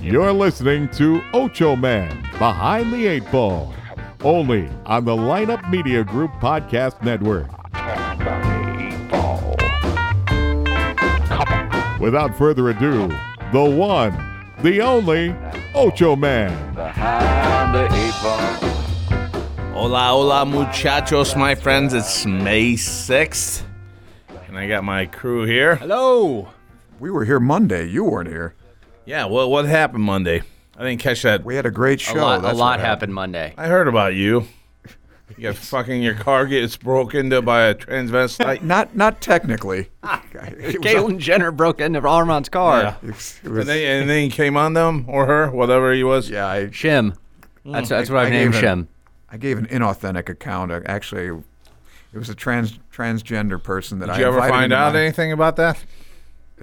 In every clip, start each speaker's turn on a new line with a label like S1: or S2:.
S1: You're listening to Ocho Man Behind the Eight Ball, only on the Lineup Media Group Podcast Network. Without further ado, the one, the only Ocho Man.
S2: Behind the eight ball.
S3: Hola, hola, muchachos, my friends. It's May 6th, and I got my crew here. Hello.
S4: We were here Monday. You weren't here.
S3: Yeah, well, what happened Monday? I didn't catch that.
S4: We had a great show.
S5: A lot, a
S4: That's
S5: lot
S4: what
S5: happened Monday.
S3: I heard about you. You got fucking your car gets broken into by a transvestite.
S4: Not not technically.
S3: Ah.
S4: It was-
S5: Caitlyn Jenner broke into Armand's car.
S3: Yeah.
S4: it was- it was-
S3: And then, and then he came on them or her, whatever he was.
S4: yeah, I,
S5: Shim. That's, that's what
S4: Mm, I
S5: I've named
S4: gave
S5: Shim.
S4: him- I gave an inauthentic account. I- Actually, it was a trans transgender person that I
S3: Did you ever
S4: invited
S3: find
S4: to
S3: out
S4: my-
S3: anything about that?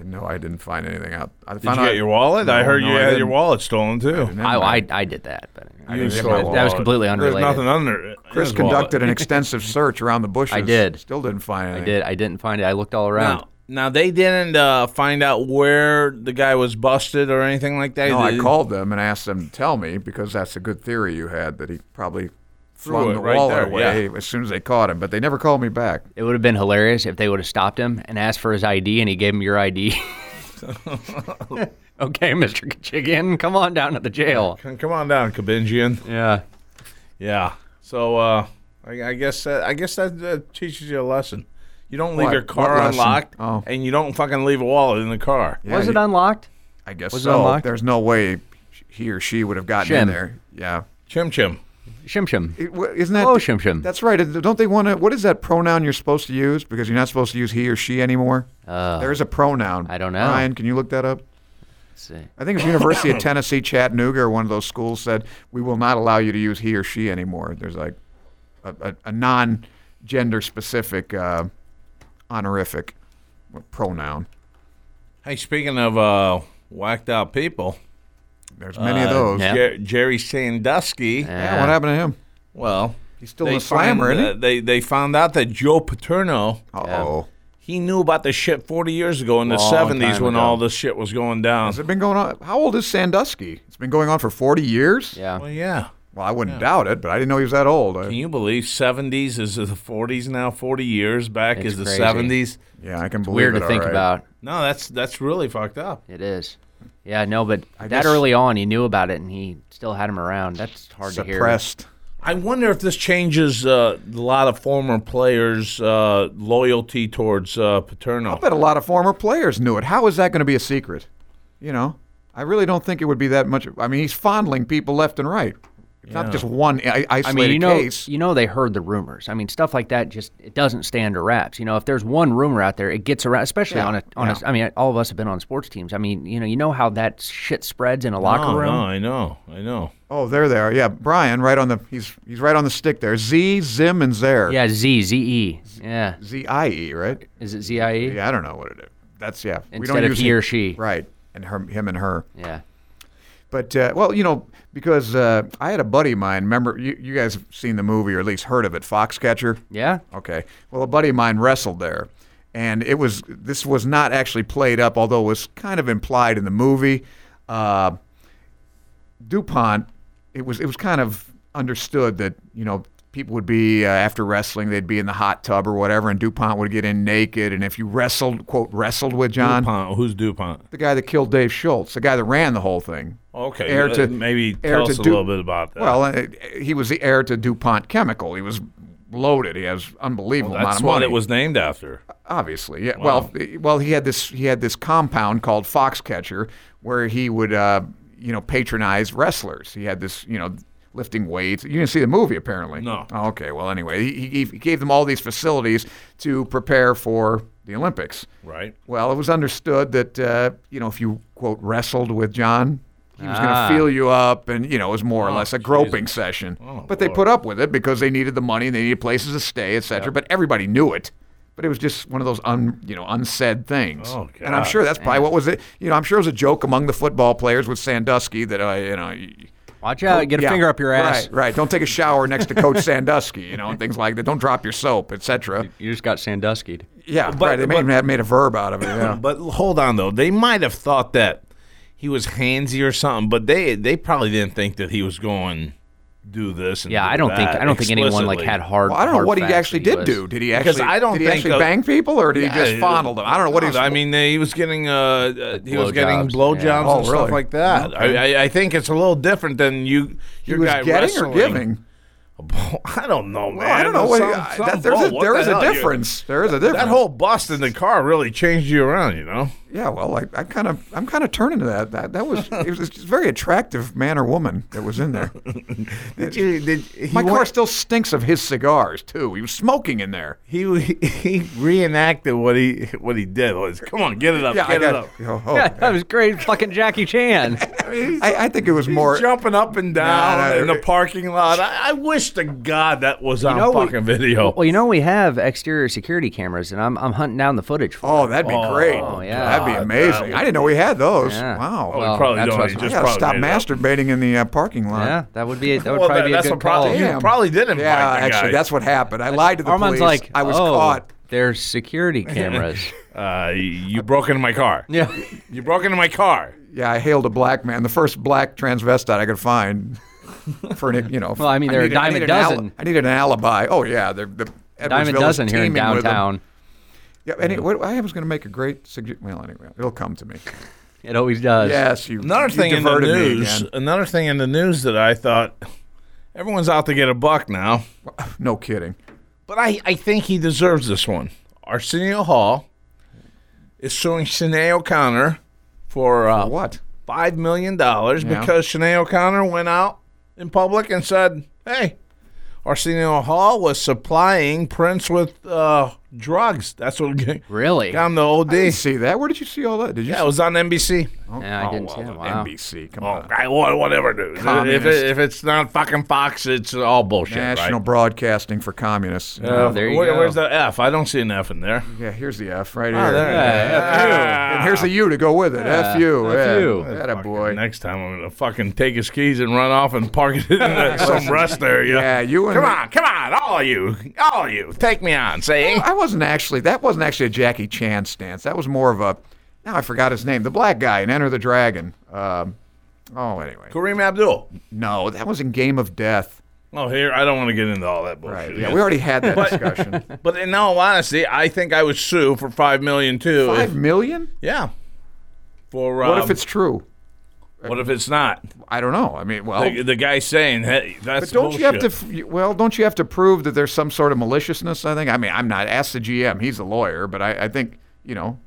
S4: No, I didn't find anything out. I
S3: Did you get your wallet? I heard you had your wallet stolen too.
S5: I, I, I did that. But
S3: You
S4: didn't get
S3: stole
S4: my
S3: a
S4: wallet.
S5: that was completely unrelated.
S3: There's nothing under it.
S4: Chris
S3: His wallet.
S4: conducted an extensive search around the bushes.
S5: did.
S4: Still didn't find anything.
S5: I did. I didn't find it. I looked all around.
S3: Now, now they didn't uh, find out where the guy was busted or anything like that.
S4: No, I
S3: They-
S4: called them and asked them to tell me because that's a good theory you had that he probably flung
S3: it
S4: the
S3: right
S4: wallet
S3: there,
S4: away as soon as they caught him, but they never called me back.
S5: It would have been hilarious if they would have stopped him and asked for his ID and he gave him your ID. okay, Mr. Kachigian, come on down to the
S4: Oh,
S5: jail.
S3: Come come on down, Kabinjian.
S5: Yeah.
S3: Yeah. So uh, I, I guess that, I guess that, that teaches you a lesson. You don't leave
S4: What?
S3: your car
S4: What lesson?
S3: unlocked,
S4: Oh.
S3: and you don't fucking leave a wallet in the car.
S4: Yeah,
S5: was
S4: he-
S5: it unlocked?
S4: I guess
S5: Was it
S4: so.
S5: unlocked?
S4: There's no way he or she would have gotten in
S5: Shim.
S4: there. Yeah.
S3: Chim chim.
S5: Shim Shim.
S4: It, wha- isn't that?
S5: Oh, Shim Shim.
S4: That's right. It- Don't they want to? What is that pronoun you're supposed to use? Because you're not supposed to use he or she anymore. Uh, there is a pronoun.
S5: I don't know.
S4: Ryan, can you look that up?
S5: Let's see.
S4: I think it's University of Tennessee Chattanooga or one of those schools said we will not allow you to use he or she anymore. There's like a, a, a non-gender specific uh, honorific pronoun.
S3: Hey, speaking of uh, whacked out people,
S4: There's many
S3: Uh,
S4: of those.
S5: yeah.
S3: Jer- Jerry Sandusky.
S4: Yeah, what happened to him?
S3: Well,
S4: He's still
S3: they
S4: in the slammer,
S3: find,
S4: isn't he?
S3: uh, they they found out that Joe Paterno.
S4: Oh,
S3: He knew about the shit 40 years ago in the
S4: Long
S3: 70s
S4: time
S3: when
S4: ago.
S3: all this shit was going down.
S4: has it been going on? How old is Sandusky? It's been going on for 40 years.
S5: Yeah.
S3: Well, yeah.
S4: Well, I wouldn't doubt it, but I didn't know he was that old.
S3: Can
S4: I,
S3: you believe 70s is the 40s now? 40 years back
S5: It's
S3: is the
S5: crazy.
S3: 70s.
S4: yeah, I can believe
S5: Weird
S4: it.
S5: to think
S4: alright.
S5: about.
S3: No, that's that's really fucked up.
S5: It is. Yeah, no, but that
S4: guess-
S5: early on, he knew about it and he still had him around. That's hard to hear.
S4: Suppressed.
S3: I wonder if this changes uh, a lot of former players' uh, loyalty towards uh, Paterno.
S4: I bet a lot of former players knew it. How is that going to be a secret? You know, I really don't think it would be that much. I mean, he's fondling people left and right. It's not just one i-
S5: I
S4: isolated
S5: mean, you know,
S4: case.
S5: you know, they heard the rumors. I mean, stuff like that just it doesn't stand to wraps. You know, if there's one rumor out there, it gets around, especially on a on a. I mean, all of us have been on sports teams. I mean, you know, you know how that shit spreads in a locker
S3: Oh, no,
S5: room.
S3: no, I know, I know.
S4: Oh, there they are. Yeah, Brian, right on the. He's he's right on the stick there. Z, Zim, and Zare.
S5: Yeah, Z Z E. Yeah,
S4: Z I E, right?
S5: is it Z I E?
S4: Yeah, I don't know what it is. That's yeah. we don't
S5: Instead of
S4: use
S5: he
S4: he-
S5: or she.
S4: Right, and her, him and her.
S5: Yeah.
S4: But uh, well, you know, because uh, I had a buddy of mine. Remember, you, you guys have seen the movie or at least heard of it, Foxcatcher.
S5: Yeah.
S4: Okay. Well, a buddy of mine wrestled there, and it was this was not actually played up, although it was kind of implied in the movie. Uh, Dupont, it was it was kind of understood that you know people would be uh, after wrestling they'd be in the hot tub or whatever, and Dupont would get in naked, and if you wrestled quote wrestled with John,
S3: DuPont, who's DuPont?
S4: the guy that killed Dave Schultz, the guy that ran the whole thing.
S3: Okay,
S4: Heir
S3: uh,
S4: to-
S3: maybe
S4: heir
S3: tell
S4: to
S3: us a
S4: Du-
S3: little bit about that.
S4: Well, uh, he was the heir to DuPont Chemical. He was loaded. He has unbelievable amount
S3: that's
S4: of
S3: what
S4: money.
S3: it was named after.
S4: Obviously, yeah. Well, f- well, he had this he had this compound called Foxcatcher, where he would uh, you know patronize wrestlers. He had this you know lifting weights. You didn't see the movie apparently.
S3: No.
S4: Oh, okay. Well, anyway, he, he he gave them all these facilities to prepare for the Olympics.
S3: Right.
S4: Well, it was understood that uh, you know if you quote wrestled with John, he was
S5: Ah.
S4: going to feel you up, and you know it was more or less a groping session. but they put up with it because they needed the money, they needed places to stay, etc. But everybody knew it. But it was just one of those un, you know unsaid things.
S3: Oh,
S4: and I'm
S3: God.
S4: sure that's probably what was it. You know, I'm sure it was a joke among the football players with Sandusky that uh, you know. y-
S5: Watch out! Get a
S4: yeah,
S5: finger up your ass.
S4: Right, right. Don't take a shower next to Coach Sandusky, you know, and things like that. Don't drop your soap, etc.
S5: You just got Sanduskied.
S3: Uh.
S4: Yeah, right. They made, made a verb out of it. Yeah.
S3: But hold on though, they might have thought that he was handsy or something, but they they probably didn't think that he was going do this. And
S5: Yeah,
S3: do
S5: I don't think
S3: that
S5: I don't think anyone like
S3: explicitly.
S5: had hard.
S4: Well, I don't know
S5: hard
S4: what he
S5: facts
S4: actually
S5: that
S4: did
S5: was-
S4: do. Did he
S3: Because
S4: actually?
S3: I don't
S4: did he
S3: think
S4: actually
S3: of-
S4: bang people, or did he just
S3: Yeah,
S4: fondle them? I don't know what he was.
S3: I mean, uh, he was getting uh, uh, he was getting
S5: Blowjobs,
S3: blowjobs
S5: yeah.
S3: and
S4: Oh,
S3: stuff
S4: really?
S3: like that. I, I, I think it's a little different than you.
S4: he
S3: Your
S4: was
S3: guy
S4: getting
S3: wrestling.
S4: or giving.
S3: I don't know, man.
S4: Well, I don't know. What,
S3: Some-
S4: I-
S3: some
S4: that, there's
S3: bull.
S4: a,
S3: What
S4: there
S3: the
S4: is a
S3: hell? You-
S4: difference. There is a difference.
S3: That whole bust in the car really changed you around, you know.
S4: Yeah, well, like I kind of, I'm kind of turning to that. That that was, it was just a very attractive man or woman that was in there.
S3: Did you, did, he
S4: My car
S3: went-
S4: still stinks of his cigars too. He was smoking in there.
S3: he he reenacted what he what he did was come on get it up
S4: Yeah,
S3: get
S4: I
S3: it up
S4: got. Oh, oh.
S5: Yeah, that was great. Fucking Jackie Chan.
S4: I, I think it was
S3: He's
S4: more.
S3: jumping up and down
S4: Nah, nah,
S3: in the
S4: it-
S3: parking lot. I, I wish to God that was on
S5: know, we-
S3: fucking video.
S5: Well, you know we have exterior security cameras, and I'm I'm hunting down the footage for.
S4: Oh, that'd be great.
S5: yeah.
S4: that'd be
S3: God,
S4: amazing.
S3: that
S4: I didn't know we had those.
S5: Yeah.
S4: Wow.
S3: Oh,
S5: Well,
S3: we probably
S5: that's
S3: don't.
S5: what's-
S3: He
S5: I
S4: I
S3: just
S4: gotta
S3: probably
S4: stop
S3: made it up.
S4: masturbating in the uh, parking lot.
S5: Yeah, that would be that would
S3: Well,
S5: probably
S3: that-
S5: be a
S3: that's
S5: good
S3: a problem.
S5: call.
S3: Oh, You
S4: Damn.
S3: probably did invite
S4: Yeah,
S3: the guy.
S4: actually, that's what happened. I lied to the
S5: Armand's
S4: police.
S5: like,
S4: I was
S5: oh,
S4: caught.
S5: There's security cameras.
S3: Uh, you broke into my car.
S5: yeah,
S3: You broke into my car.
S4: Yeah, I hailed a black man, the first black transvestite I could find. For an, you know,
S5: Well, I mean, they're a
S4: needed-
S5: dime a
S4: needed an ali-
S5: dozen.
S4: I needed an alibi. Oh yeah, they're, the
S5: dime a
S4: Edwardsville is
S5: dozen here in
S4: teeming with them.
S5: downtown.
S4: Yeah, any, what, I was going to make a great suggestion. Well, anyway, it'll come to me.
S5: It always does.
S4: Yes, you.
S3: Another
S4: you
S3: thing in the
S4: diverted me
S3: news.
S4: again.
S3: Another thing in the news that I thought everyone's out to get a buck now,
S4: No kidding.
S3: but I, I think he deserves this one. Arsenio Hall is suing Sinead O'Connor for uh,
S4: What?
S3: five million dollars
S4: Yeah.
S3: because Sinead O'Connor went out in public and said, "Hey, Arsenio Hall was supplying Prince with uh, drugs." That's what g-
S5: Really?
S3: got him the OD.
S4: Did you see that? Where did you see all that? Did you? Oh,
S3: Yeah, it was on NBC.
S5: Yeah, I didn't see
S4: well,
S5: it. Wow.
S4: NBC. Come
S3: Oh,
S4: on.
S3: I, wha- whatever, dude. If,
S4: Communist.
S3: it, if it's not fucking Fox, it's all bullshit,
S4: National
S3: right? Uh,
S4: Broadcasting for Communists. Yeah.
S5: Oh, there you
S3: Where-
S5: go.
S3: Where's the F? I don't see an F in there.
S4: here's the F right
S3: Oh,
S4: here.
S3: there.
S4: And here's the U to go with it. F you.
S5: F
S4: yeah.
S5: you.
S4: Atta boy.
S3: Next time I'm gonna fucking take his keys and run off and park it in uh, some rest area.
S4: Yeah, you and
S3: Come on, come on, all you, all you, take me on, see?
S4: I wasn't actually. That wasn't actually a Jackie Chan stance. That was more of a. Now I forgot his name. The black guy in Enter the Dragon. Um, oh, anyway.
S3: Kareem Abdul.
S4: No, that was in Game of Death.
S3: Oh, here I don't want to get into all that bullshit.
S4: Right. Yeah, we already had that discussion.
S3: but in all honesty, I think I would sue for five million too. if-
S4: Five million?
S3: yeah. For um,
S4: What if it's true?
S3: what if it's not?
S4: I don't know. I mean, well,
S3: The, the guy saying, "Hey, that's
S4: Oh. But don't you have to?
S3: bullshit.
S4: f- Well, don't you have to prove that there's some sort of maliciousness? I think. I mean, I'm not. Ask the GM. He's the lawyer. But I, I think you know,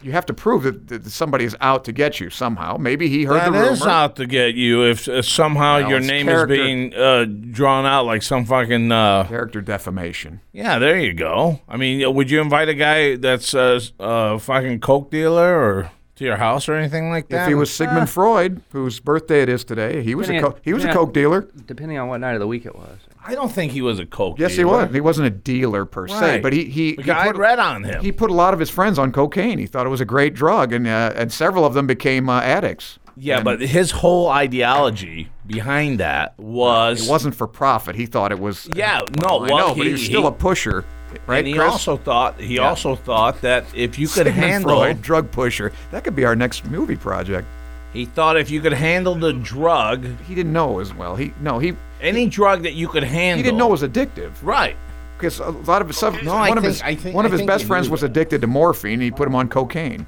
S4: you have to prove that, that somebody is out to get you somehow. Maybe he heard
S3: That
S4: the rumor.
S3: is out to get you if uh, somehow your
S4: it's
S3: name
S4: character.
S3: is being uh, drawn out like some fucking. Uh,
S4: Character defamation.
S3: yeah, there you go. I mean, uh, would you invite a guy that's a uh, uh, fucking coke dealer or to your house or anything like that? uh,
S4: If he was Sigmund Freud, whose birthday it is today, he was a
S5: Yeah.
S4: co- he was
S5: Yeah.
S4: a coke dealer.
S5: Depending on what night of the week it was.
S3: I don't think he was a coke.
S4: Yes, he
S3: dealer.
S4: was. He wasn't a dealer per se,
S3: Right.
S4: but he he, he
S3: Because I
S4: put-
S3: read on him.
S4: he put a lot of his friends on cocaine. He thought it was a great drug, and uh, and several of them became uh, addicts.
S3: Yeah, but his whole ideology behind that was,
S4: It wasn't for profit. He thought it was. uh,
S3: yeah, no,
S4: Well, I
S3: Oh, well,
S4: know, but he was still a pusher, right?
S3: and he
S4: Chris?
S3: also thought he also thought that if you could
S4: Sigmund
S3: handle
S4: Freud, drug pusher. That could be our next movie project.
S3: he thought if you could handle the drug,
S4: He didn't know as well. He no, he
S3: any drug that you could handle,
S4: he didn't know it was addictive
S3: right.
S4: because a lot of his sub-
S3: No, I
S4: one of
S3: think-
S4: his
S3: I think-
S4: one
S3: I
S4: of his
S3: think
S4: best
S3: he
S4: friends
S3: knew
S4: was
S3: that.
S4: addicted to morphine. and He put him on cocaine.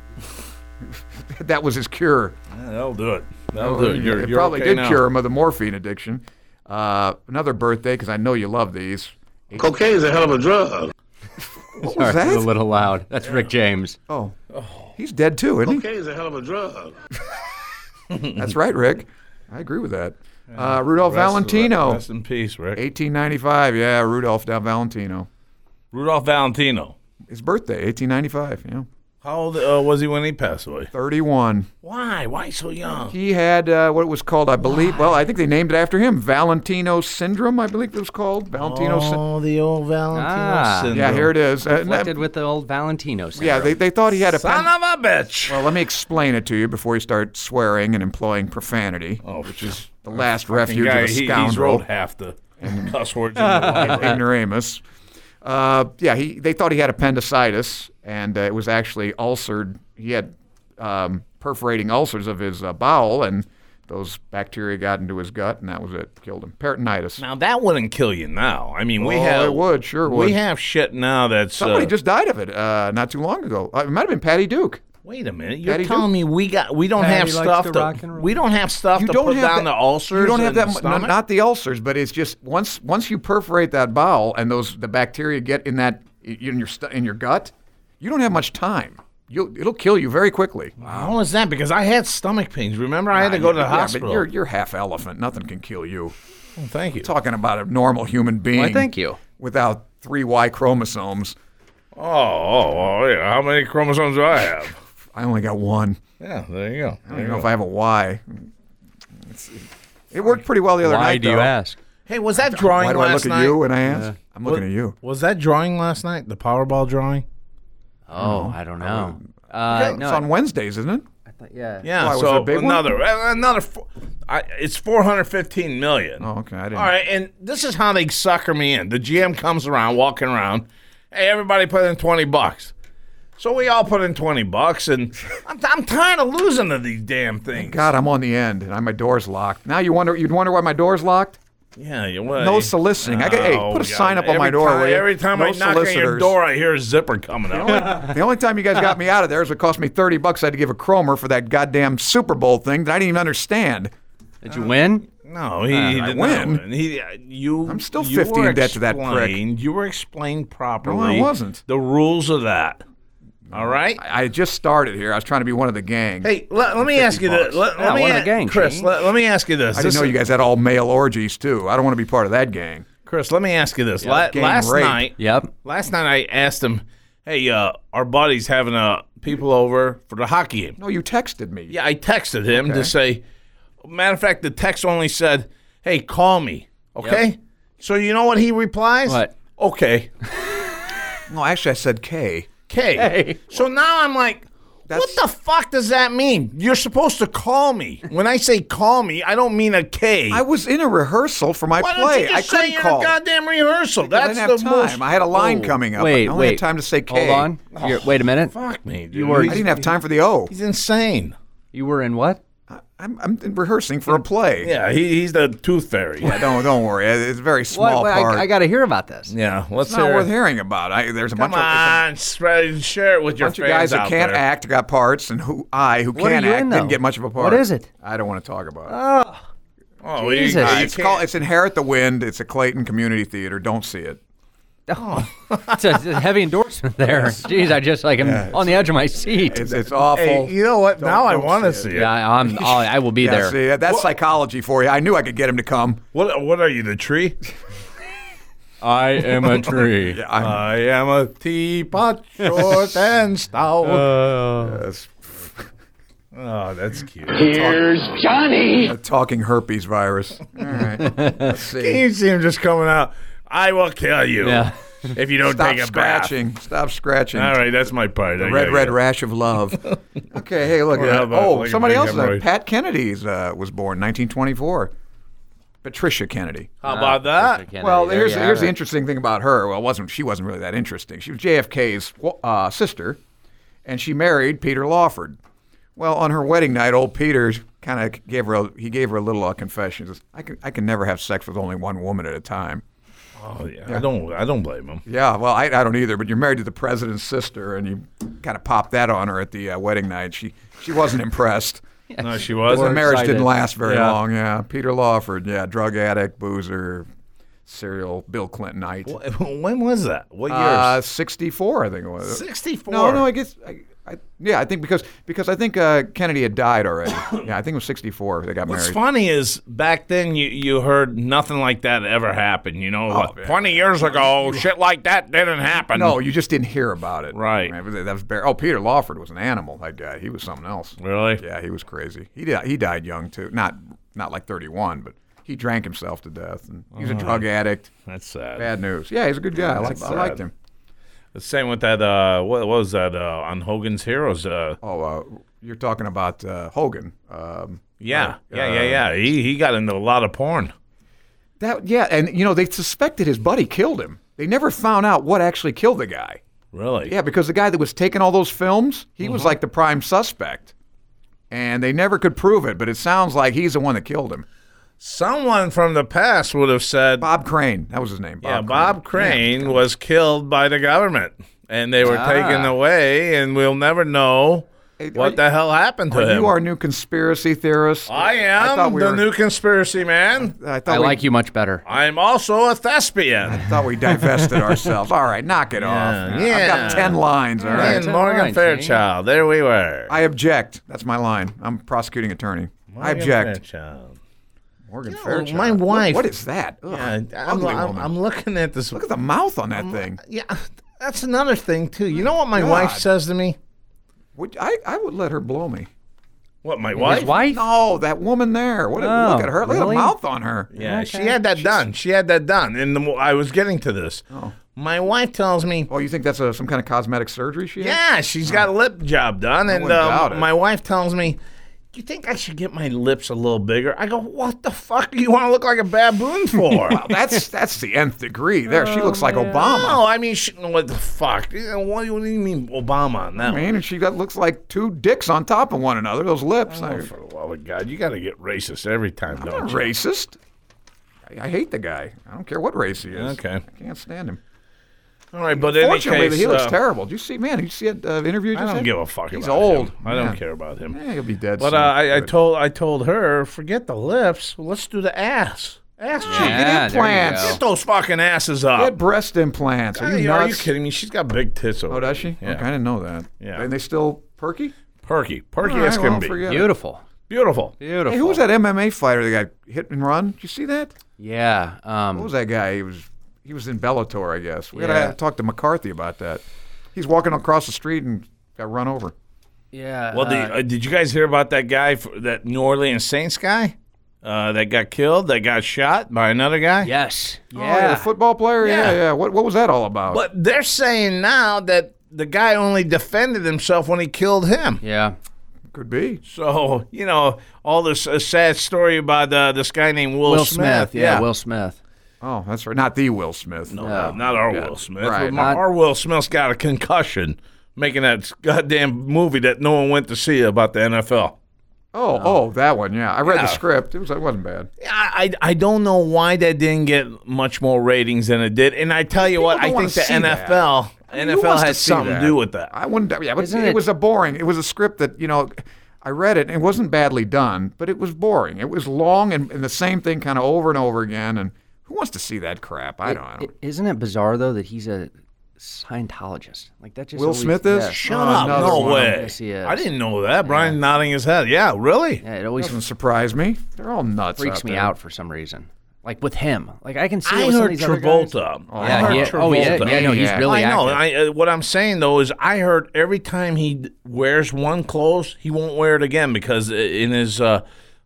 S4: that was his cure.
S3: Yeah, that'll do it. That'll do it. You're,
S4: it
S3: you're
S4: probably
S3: okay
S4: did
S3: now.
S4: cure him of the morphine addiction. Uh, another birthday because I know you love these.
S6: Cocaine is a hell of a drug.
S4: What was
S5: Sorry, it was a
S4: that?
S5: little loud. That's Rick James.
S4: Oh, he's dead too, isn't he?
S6: Cocaine is a hell of a drug.
S4: That's right, Rick. I agree with that. Uh, Rudolph
S3: Rest-
S4: Valentino,
S3: Rest in peace, Rick.
S4: 1895. Yeah, Rudolph da Valentino.
S3: Rudolph Valentino.
S4: His birthday, 1895. Yeah,
S3: How old uh, was he when he passed away?
S4: 31.
S3: Why? Why so young?
S4: He had uh, what it was called, I believe. Well, I think they named it after him. Valentino syndrome, I believe it was called. Valentino. Syn-
S3: Oh, the old Valentino
S5: Ah.
S3: syndrome.
S4: yeah, here it is. Uh, and that-
S5: Afflicted with the old Valentino syndrome.
S4: yeah, they, they thought he had a.
S3: Son
S4: pen-
S3: of a bitch.
S4: well, let me explain it to you before you start swearing and employing profanity.
S3: oh, which is
S4: The last
S3: fucking
S4: refuge
S3: guy,
S4: of a
S3: he- he's
S4: scoundrel.
S3: rolled half the cuss words in the library.
S4: ignoramus. Uh, yeah, he they thought he had appendicitis, and uh, it was actually ulcered. He had um, perforating ulcers of his uh, bowel, and those bacteria got into his gut, and that was it. Killed him. Peritonitis.
S3: Now that wouldn't kill you now. I mean, we
S4: Oh,
S3: have
S4: it would, sure would.
S3: we have shit now that's
S4: Somebody
S3: uh,
S4: just died of it uh, not too long ago. Uh, it might have been Patty Duke.
S3: Wait a minute! You're
S4: Patty
S3: telling
S4: Duke?
S3: me we got we don't
S7: Patty
S3: have
S7: likes
S3: stuff
S7: to
S3: to,
S7: rock and roll.
S3: we don't have stuff to put down the ulcers.
S4: You don't
S3: and
S4: have that.
S3: the
S4: mu- no,
S3: stomach?
S4: not the ulcers, but it's just once once you perforate that bowel and those the bacteria get in that in your stu- in your gut, you don't have much time. You'll it'll kill you very quickly.
S3: How is that? Because I had stomach pains. Remember, I had to go to the
S4: Yeah,
S3: hospital.
S4: But you're you're half elephant. Nothing can kill you.
S3: Oh, thank you.
S4: Talking about a normal human being.
S5: thank you.
S4: Without three Y chromosomes,
S3: Oh, oh, oh, yeah. How many chromosomes do I have?
S4: I only got one.
S3: yeah, there you go.
S4: I don't even know if I have a Y. It's- it worked pretty well the other
S7: Why
S4: night.
S7: do you
S4: though.
S7: ask?
S3: Hey, was that drawing
S4: Why do I
S3: last
S4: look
S3: night?
S4: at you when I ask? I'm looking at you.
S3: Was that drawing last night? The Powerball drawing?
S5: Oh, I don't know. Uh,
S4: Oh. Yeah,
S5: no,
S4: it's on Wednesdays, isn't it?
S5: I thought- yeah.
S3: Yeah.
S4: Why, was
S3: so
S4: it a big one?
S3: another uh, another. Four, I, it's four hundred fifteen million.
S4: Oh, okay. I didn't.
S3: All right, and this is how they sucker me in. The GM comes around, walking around. Hey, everybody, put in twenty bucks. So we all put in twenty bucks, and I'm, I'm tired of losing to these damn things.
S4: God, I'm on the end, and I, my door's locked. Now you wonder, you'd wonder why my door's locked.
S3: Yeah, you would.
S4: No soliciting. I got, hey,
S3: Oh,
S4: put a
S3: God.
S4: sign up on
S3: Every
S4: my door.
S3: time-
S4: will you?
S3: every time
S4: no
S3: I knock on
S4: solicitors.
S3: your door, I hear a zipper coming out.
S4: The only time you guys got me out of there is it cost me thirty bucks. I had to give a Cromer for that goddamn Super Bowl thing that I didn't even understand.
S5: Did you win?
S3: no, he, he did
S4: win.
S3: not. Win. He, uh, you.
S4: I'm still
S3: you were
S4: 50 in debt to that prick.
S3: explained- You were explained properly.
S4: wasn't.
S3: The rules of that. All right.
S4: I, I just started here. I was trying to be one of the gang.
S3: Hey, let, let me ask you this. Let,
S4: bucks.
S3: let
S5: Yeah,
S3: me
S5: one of the
S3: a-
S5: gang,
S3: Chris.
S5: Gene.
S3: Let, let me ask you this.
S4: I didn't
S3: This
S4: know
S3: is-
S4: you guys had all male orgies too. I don't want to be part of that gang.
S3: Chris, let me ask you this. La-
S4: gang
S3: last
S4: rape.
S3: night,
S5: Yep.
S3: last night I asked him, "Hey, uh, our buddy's having uh, people over for the hockey game."
S4: No, you texted me.
S3: Yeah, I texted him to say. Matter of fact, the text only said, "Hey, call me." Okay. So you know what he replies?
S5: What?
S3: Okay.
S4: No, actually, I said K.
S3: K. So now I'm like,
S4: That's-
S3: what the fuck does that mean? You're supposed to call me. When I say call me, I don't mean a K.
S4: I was in a rehearsal for my
S3: Why don't
S4: play.
S3: you just
S4: I
S3: say
S4: couldn't
S3: you're
S4: call.
S3: a goddamn rehearsal?
S4: I
S3: That's
S4: didn't have
S3: the
S4: time.
S3: most. Oh,
S4: I had a line coming up.
S5: Oh, Wait,
S4: I only
S5: wait.
S4: had time to say K.
S5: Hold on. You're- wait a minute.
S4: Oh.
S3: Fuck me, dude.
S4: I didn't have time for the O.
S3: He's insane.
S5: You were in what?
S4: I'm, I'm rehearsing
S5: Mm.
S4: for a play.
S3: Yeah, he, he's the tooth fairy.
S4: Yeah, don't don't worry. It- It's a very small
S5: What? Wait,
S4: part.
S5: I, I got to hear about this.
S3: Yeah, let's
S4: it's not
S3: hear
S4: worth
S3: it.
S4: hearing about. I, there's a
S3: Come
S4: bunch of there's
S3: on, spread, share it with
S4: a
S3: your
S4: bunch of
S3: fans
S4: guys that
S3: out
S4: can't
S3: there.
S4: act got parts, and who I who
S5: What are
S4: can
S5: you
S4: act
S5: in,
S4: didn't
S5: though?
S4: get much of a part.
S5: What is it?
S4: I don't want to talk about it.
S3: Oh, you-
S5: Jesus.
S3: you
S5: Uh,
S4: it's
S3: can't-
S4: called it's inherit the wind. It's a Clayton Community Theater. Don't see it.
S5: Oh. It's a, it's a heavy endorsement there. Jeez, I just like am on the edge of my seat.
S4: It's it's awful.
S3: Hey, you know what? now I
S4: don't
S3: want to
S4: say
S3: see it.
S5: yeah, I- I'm. I'll, I will be
S4: yeah,
S5: there.
S4: see, that- that's psychology for you. I knew I could get him to come.
S3: What? What are you, the tree?
S7: I am a tree.
S4: Yeah, I'm-
S3: I am a teapot, short and stout.
S4: that's
S3: Uh, oh, that's cute.
S4: a talking herpes virus. All right. Let's see.
S3: You see him just coming out. I will kill you
S5: Yeah.
S3: if you don't
S4: Stop
S3: take a
S4: scratching. Stop scratching.
S3: bath. All right, that's my part. I
S4: Red,
S3: gotta
S4: red
S3: go.
S4: rash of love. okay, hey, look.
S3: Or how
S4: Uh,
S3: about
S4: oh,
S3: Lincoln
S4: somebody else.
S3: Lincoln
S4: Uh,
S3: Roy?
S4: Pat Kennedy uh, was born 1924. Patricia Kennedy.
S3: How about that?
S4: well, here's, here's the interesting thing about her. Well, it wasn't she wasn't really that interesting. She was JFK's uh, sister, and she married Peter Lawford. Well, on her wedding night, old Peter kind of gave her a, he gave her a little uh, confession. He says, "I can I can never have sex with only one woman at a time."
S3: Oh, yeah. I don't. I don't blame him.
S4: Yeah, well, I, I don't either. But you're married to the president's sister, and you kind of popped that on her at the uh, wedding night. She she wasn't impressed.
S3: No, she
S4: The
S3: wasn't.
S4: marriage
S7: excited.
S4: didn't last very
S7: Yeah.
S4: long. Yeah, Peter Lawford. Yeah, drug addict, boozer, serial Bill Clintonite.
S3: when was that? What years?
S4: Uh, 64, I think it was.
S3: 64.
S4: No, no, I guess. I, I, yeah, I think because because I think uh, Kennedy had died already. yeah, I think it was 64 they got
S3: What's
S4: married.
S3: funny is back then you, you heard nothing like that ever happen. You know, like,
S4: Oh, yeah.
S3: 20 years ago, shit like that didn't happen.
S4: No, you just didn't hear about it.
S3: Right.
S4: Man, but that was bare. Oh, Peter Lawford was an animal. That guy, he was something else.
S3: Really?
S4: Yeah, he was crazy. He died. He died young too. Not not like 31, but he drank himself to death. And he
S3: Oh.
S4: was a drug addict.
S3: That's sad.
S4: Bad news. Yeah, he's a good guy. I liked, I
S3: sad.
S4: liked him.
S3: The same with that, uh, what, what was that, uh, on Hogan's Heroes? Uh,
S4: Oh, uh, you're talking about uh, Hogan. Um,
S3: yeah, yeah, yeah,
S4: Uh,
S3: yeah. He, he got into a lot of porn.
S4: That yeah, and you know they suspected his buddy killed him. They never found out what actually killed the guy.
S3: Really?
S4: Yeah, because the guy that was taking all those films, he
S3: Mm-hmm.
S4: was like the prime suspect. And they never could prove it, but it sounds like he's the one that killed him.
S3: Someone from the past would have said,
S4: Bob Crane, that was his name. Bob
S3: yeah,
S4: Crane. Ah.
S3: Bob Crane was killed by the government and they were taken away, and we'll never know
S4: Hey,
S3: what
S4: are
S3: the hell happened to
S4: Are
S3: him.
S4: you our new conspiracy theorist?
S3: I am
S4: thought we
S3: the
S4: were-
S3: new conspiracy man.
S4: I thought
S5: I
S4: we,
S5: like you much better.
S3: I'm also a thespian.
S4: thought we divested ourselves. All right, knock it off.
S3: Yeah,
S4: I've
S3: yeah.
S4: got ten lines. All right.
S3: and
S5: That's
S3: Morgan
S5: fine, see?
S3: Fairchild. There we were.
S4: I object. That's my line. I'm a prosecuting attorney. I
S3: Morgan
S4: object.
S3: Fairchild.
S4: Morgan
S3: know,
S4: Fairchild.
S3: my
S4: What-
S3: wife-
S4: What is that? Ugh,
S3: Yeah, I'm,
S4: ugly
S3: I'm,
S4: woman.
S3: I'm looking at this.
S4: Look at the mouth on that thing.
S3: Yeah, that's another thing too. You know what my wife
S4: God.
S3: says to me?
S4: Would, I, I would let her blow me.
S3: What my
S5: His wife?
S4: No, that woman there. What? a
S5: Oh,
S4: look at her. Look
S5: really?
S4: at the mouth on her.
S3: Yeah, she had that done. She had that done, and the, mo- I was getting to this. My wife tells me,
S4: Oh, you think that's a, some kind of cosmetic surgery she had?
S3: yeah, she's got a lip job done, and
S4: wouldn't doubt it.
S3: um, my wife tells me. Do you think I should get my lips a little bigger? I go, what the fuck do you want to look like a baboon for?
S4: That's that's the nth degree. There, she looks
S3: Oh,
S4: like Obama.
S3: no, I mean, she, what the fuck? You know, What, do you mean Obama on that one?
S4: Man, and she got, looks like two dicks on top of one another. Those lips. I,
S3: Oh, for the love of God, you got to get racist every time,
S4: I'm
S3: don't
S4: not
S3: you?
S4: racist. I, I hate the guy. I don't care what race he is.
S3: Okay.
S4: I can't stand him.
S3: All right, but in any
S4: Fortunately,
S3: case,
S4: he looks
S3: uh,
S4: terrible. Did you see, man? Did you see that uh, interview? you
S3: I
S4: just
S3: don't
S4: had?
S3: give a fuck.
S4: He's
S3: about
S4: old.
S3: him. I don't
S4: man.
S3: care about him.
S4: Yeah, he'll be dead.
S3: But uh,
S4: soon.
S3: I, I
S4: Good.
S3: told I told her, forget the lips. Let's do the ass. Ass cheek.
S5: Yeah, there you
S4: implants.
S5: go.
S3: Get those fucking asses up.
S4: Get breast implants. Are
S3: Hey,
S4: you
S3: are
S4: nuts?
S3: you kidding me? She's got big tits over.
S4: Oh, does she?
S3: Yeah.
S4: Okay, I didn't know that.
S3: Yeah.
S4: And they still perky?
S3: Perky, perky
S4: All right,
S3: as can
S4: well,
S3: be.
S4: forget it.
S5: Beautiful.
S3: Beautiful.
S5: Beautiful.
S4: Hey, who was that MMA fighter that got hit and run? Did you see that?
S5: Yeah.
S4: What was
S5: Um,
S4: that guy? He was he was in Bellator, I guess. We
S5: Yeah.
S4: gotta talk to McCarthy about that. He's walking across the street and got run over.
S5: yeah.
S3: Well,
S5: uh,
S3: the, uh, did you guys hear about that guy, f- that New Orleans Saints guy, uh, that got killed, that got shot by another guy?
S5: yes. Yeah.
S4: Oh, yeah, the football player. Yeah,
S3: Yeah.
S4: yeah. What what was that all about?
S3: But they're saying now that the guy only defended himself when he killed him.
S5: yeah.
S4: Could be.
S3: So you know all this uh, sad story about uh, this guy named Will,
S5: Will Smith. yeah.
S3: Will
S5: Will Smith.
S4: Oh, that's right. Not the Will Smith.
S3: Oh, No, not our Will Smith.
S4: Right,
S3: But my-
S5: not-
S3: our Will Smith's got a concussion, making that goddamn movie that no one went to see about the NFL.
S4: Oh, oh, that one. Yeah, I read
S3: Yeah.
S4: the script. It was it wasn't bad.
S3: I, I I don't know why that didn't get much more ratings than it did. And I tell you what,
S4: don't
S3: I
S4: wanna
S3: think the
S4: see that.
S3: NFL
S4: Who
S3: NFL
S4: wants
S3: has
S4: see
S3: something
S4: that?
S3: to do with that. Uh,
S4: I wouldn't. Yeah, but
S5: Isn't
S4: it,
S5: it-
S4: was a boring. It was a script that you know. I read it and it wasn't badly done, but it was boring. It was long and, and the same thing kind of over and over again. And who wants to see that crap? I don't. I
S5: is
S4: don't.
S5: isn't it bizarre though that he's a Scientologist? Like that just
S4: Will
S5: always-
S4: Smith is?
S5: yeah.
S3: Shut
S4: Oh,
S3: up!
S4: another
S3: No
S4: one.
S3: way!
S5: Yes, he is.
S3: I didn't know that. Brian nodding his head. Yeah, really?
S5: Yeah, it always
S4: doesn't surprise me. They're all nuts.
S5: freaks
S4: out
S5: me
S4: there.
S5: out for some reason. Like with him, like I can see. it
S3: I
S5: with some of
S3: heard
S5: these other guys.
S3: Travolta. I
S5: Yeah,
S3: heard
S5: he- oh yeah,
S3: Travolta.
S5: yeah, no, he's
S4: Yeah.
S5: really
S3: I know.
S5: active.
S3: I, uh, what I'm saying though is, I heard every time he d- wears one clothes, he won't wear it again because i- in his uh,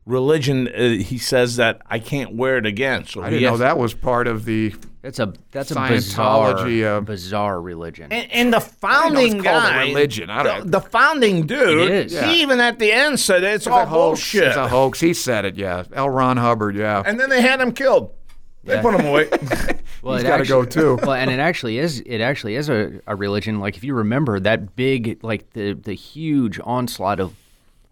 S3: religion, uh, he says that I can't wear it again. So
S4: I didn't know that was part of the.
S5: That's a that's a
S4: Scientology,
S5: bizarre,
S4: uh,
S5: bizarre religion.
S3: And, and the
S4: know it's
S3: founding
S4: called a
S3: guy,
S4: religion. I don't-
S3: the, the founding dude,
S5: It is.
S3: he
S5: Yeah.
S3: even at the end said it's,
S4: It's
S3: all
S4: a hoax.
S3: bullshit.
S4: Oh, It's a hoax. He said it. Yeah, L. Ron Hubbard. Yeah,
S3: and then they had him killed. They put him away.
S5: well,
S4: he's
S5: it
S4: got to go
S5: actually-
S4: too.
S5: well, and it actually is it actually is a, a religion. Like if you remember that big like the the huge onslaught of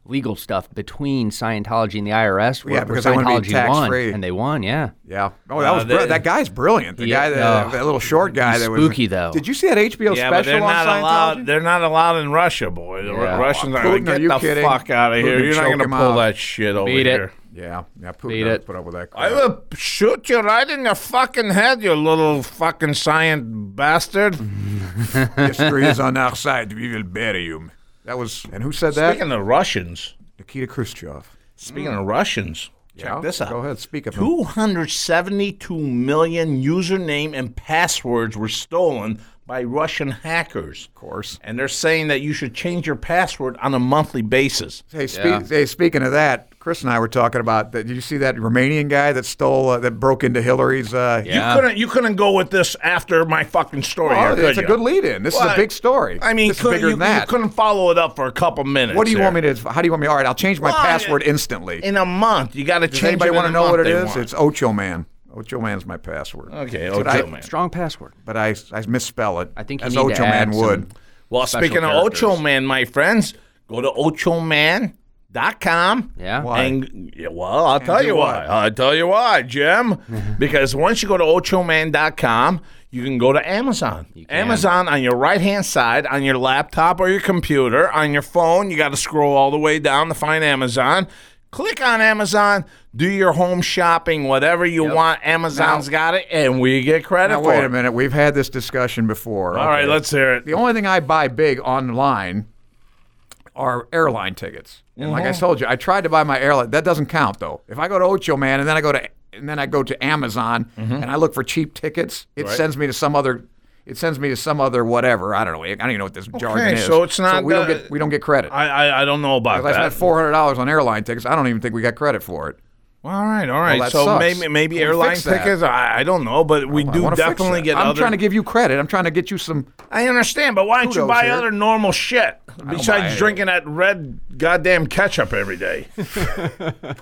S5: legal stuff between Scientology and the IRS. Where,
S4: Yeah,
S5: where
S4: because they wanna be
S5: Scientology won
S4: tax-free.
S5: and they won. Yeah,
S4: Yeah. Oh, that was
S3: Uh, they-
S4: br- that guy's brilliant. The
S5: Yeah,
S4: guy, that,
S5: no.
S4: that little short guy, that was
S5: spooky, though.
S4: Did you see that HBO
S3: yeah,
S4: special
S3: but they're
S4: on
S3: not
S4: Scientology?
S3: allowed. They're not allowed in Russia, boy. The Ru-
S5: Yeah.
S3: Russians are
S4: Putin,
S3: like,
S4: are
S3: get
S4: you
S3: the
S4: kidding?
S3: fuck out of here.
S4: Putin
S3: You're not
S4: choke
S3: going to
S4: him
S3: pull
S4: out.
S3: that shit over
S5: Beat it.
S3: here.
S4: Yeah, yeah. Putin
S5: Beat
S4: doesn't
S5: it.
S4: put up with that. Crap.
S3: I will shoot you right in your fucking head, you little fucking science bastard.
S4: History is on our side. We will bury you. That was and who said that?
S3: Speaking of Russians,
S4: Nikita Khrushchev.
S3: speaking of Russians, check
S4: Mm. Yeah?
S3: this out.
S4: Go ahead, speak of him.
S3: 272 million username and passwords were stolen by Russian hackers. Of
S4: course.
S3: And they're saying that you should change your password on a monthly basis.
S4: Hey, spe- hey, speaking of that, Chris and I were talking about that. Did you see that Romanian guy that stole uh, that broke into Hillary's? Uh,
S3: You couldn't you couldn't go with this after my fucking story. here,
S4: Well,
S3: could
S4: it's a
S3: you?
S4: good lead-in. This is
S3: Well,
S4: a big story.
S3: I mean,
S4: This is
S3: couldn't-
S4: bigger
S3: you,
S4: than that.
S3: you couldn't follow it up for a couple minutes.
S4: what do you want me
S3: there.
S4: to? How do you want me? All right, I'll change my
S3: Well, I-
S4: password instantly.
S3: In a month, you got to
S4: Does
S3: change.
S4: anybody
S3: want to
S4: know what it is? It's Ocho Man. Ocho Man's my password.
S3: Okay,
S4: But
S3: Ocho
S4: I-
S3: Man.
S5: Strong password.
S4: But I, I misspell it.
S5: I think you
S4: as
S5: need to
S4: Ocho Man
S5: add
S4: would.
S5: some-
S3: Well,
S5: Special
S3: speaking
S5: characters.
S3: of Ocho Man, my friends, go to ochoman.com.
S5: Yeah.
S4: Why?
S3: And yeah, well, I'll tell
S4: do
S3: you why.
S4: what?
S3: I'll tell you why, Jim. because once you go to ochoman.com, you can go to Amazon. Amazon on your right hand side, on your laptop or your computer, on your phone. You got to scroll all the way down to find Amazon. Click on Amazon, do your home shopping, whatever you want. Amazon's got it, and we get credit
S4: Now,
S3: for
S4: wait
S3: it.
S4: a minute. We've had this discussion before.
S3: All right, let's hear it.
S4: The only thing I buy big online are airline tickets. And like
S3: Mm-hmm.
S4: I told you, I tried to buy my airline. That doesn't count though. If I go to Ocho Man and then I go to and then I go to Amazon
S3: Mm-hmm.
S4: and I look for cheap tickets, it sends me to some other. It sends me to some other whatever. I don't know. I don't even know what this jargon is.
S3: so it's not
S4: we don't
S3: the-
S4: get we don't get credit.
S3: I, I, I don't know about
S4: If I
S3: that.
S4: spent four hundred dollars on airline tickets. I don't even think we got credit for it.
S3: Well, All right, all right.
S4: that
S3: so
S4: sucks.
S3: maybe maybe
S4: Can we
S3: airline
S4: fix that?
S3: tickets. I, I don't know, but we
S4: I
S3: do
S4: wanna fix
S3: definitely
S4: that.
S3: get
S4: I'm
S3: other.
S4: trying to give you credit. I'm trying to get you some.
S3: I understand, but why don't you
S4: Kudos
S3: buy
S4: here.
S3: other normal shit besides
S4: buy
S3: drinking that red goddamn ketchup every day?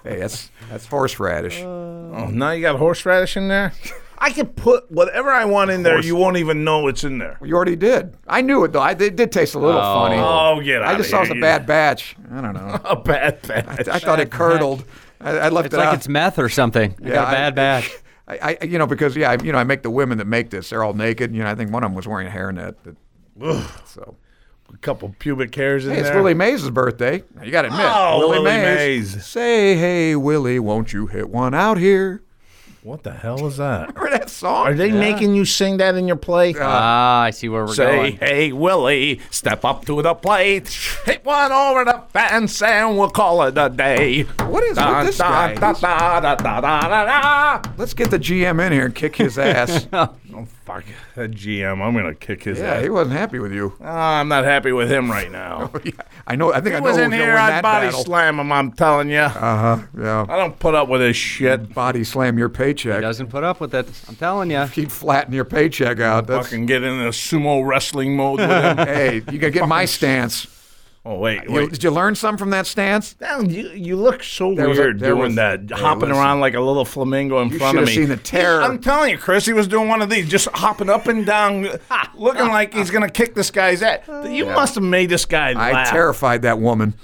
S4: Hey, that's that's horseradish.
S3: oh, now you got horseradish in there. I can put whatever I want in there. You won't even know it's in there.
S4: You already did. I knew it though. I, it did taste a little funny.
S3: Oh, get
S4: I
S3: outta
S4: just saw it was
S3: here,
S4: a
S3: you-
S4: bad batch. I don't know.
S3: A bad batch.
S4: I thought it curdled. I, I left
S5: It's
S4: it
S5: like
S4: out.
S5: it's meth or something. I
S4: uh, Yeah,
S5: got
S4: I-
S5: a bad batch.
S4: I, I, you know, because yeah, I, you know, I make the women that make this. They're all naked. You know, I think one of them was wearing a hairnet. That, so
S3: a couple pubic hairs in
S4: hey, it's
S3: there.
S4: Willie Mays' birthday. Now, You got to admit,
S3: Oh,
S4: Willie,
S3: Willie
S4: Mays.
S3: Mays.
S4: Say, hey, Willie, won't you hit one out here?
S3: what the hell is that?
S4: Remember that song?
S3: Are they making you sing that in your play?
S4: Uh,
S5: Ah, I see where we're
S3: Say,
S5: going.
S3: hey, Willie, step up to the plate. Hit one over the fence and we'll call it a day.
S4: What is
S3: Dun,
S4: with this
S3: dun,
S4: guy?
S3: dun, dun, dun, dun, dun, dun, dun.
S4: Let's get the GM in here and kick his ass.
S3: Oh, fuck. That GM, I'm going to kick his
S4: yeah,
S3: ass.
S4: he wasn't happy with you.
S3: Ah, I'm not happy with him right now.
S4: Yeah, I know. I
S3: If
S4: think I
S3: he
S4: know
S3: was in
S4: who's gonna
S3: here,
S4: win
S3: I'd
S4: that
S3: body
S4: battle.
S3: slam him, I'm telling you.
S4: Uh huh. Yeah.
S3: I don't put up with this shit.
S4: Body slam your
S5: He
S4: paycheck.
S5: doesn't put up with it. I'm telling you.
S4: Keep flattening your paycheck out. That's,
S3: Fucking get into sumo wrestling mode with him.
S4: hey, you gotta get my stance.
S3: oh, wait,
S4: You,
S3: wait.
S4: did you learn something from that stance?
S3: Damn, you, you look so
S4: There was a-
S3: weird
S4: there
S3: doing
S4: was-
S3: that,
S4: hey,
S3: hopping
S4: listen.
S3: around like a little flamingo in
S4: You
S3: front
S4: should
S3: of
S4: have
S3: me.
S4: seen the terror.
S3: I'm telling you, Chris, he was doing one of these, just hopping up and down, looking like he's gonna kick this guy's ass. You must have made this guy
S4: Uh, I
S3: laugh.
S4: terrified that woman.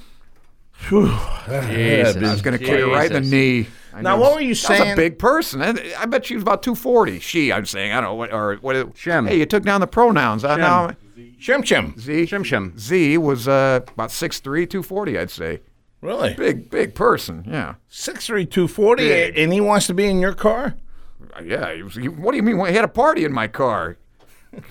S5: Jesus.
S4: I was going to kick her right in the knee. I
S3: Now,
S4: knew-
S3: what were you
S4: That was
S3: saying?
S4: a big person. I, I bet she was about 240. She, I'm saying. I don't know. What, or what? it-
S5: Shem.
S4: Hey, you took down the pronouns. I know.
S3: Chim chim.
S4: Z.
S5: Shim shim.
S4: Z was uh, about 6'3", 240, I'd say.
S3: Really?
S4: Big, big person. Yeah.
S3: Six three two forty,
S4: Big.
S3: and he wants to be in your car.
S4: Yeah. He was, he, what do you mean? He had a party in my car.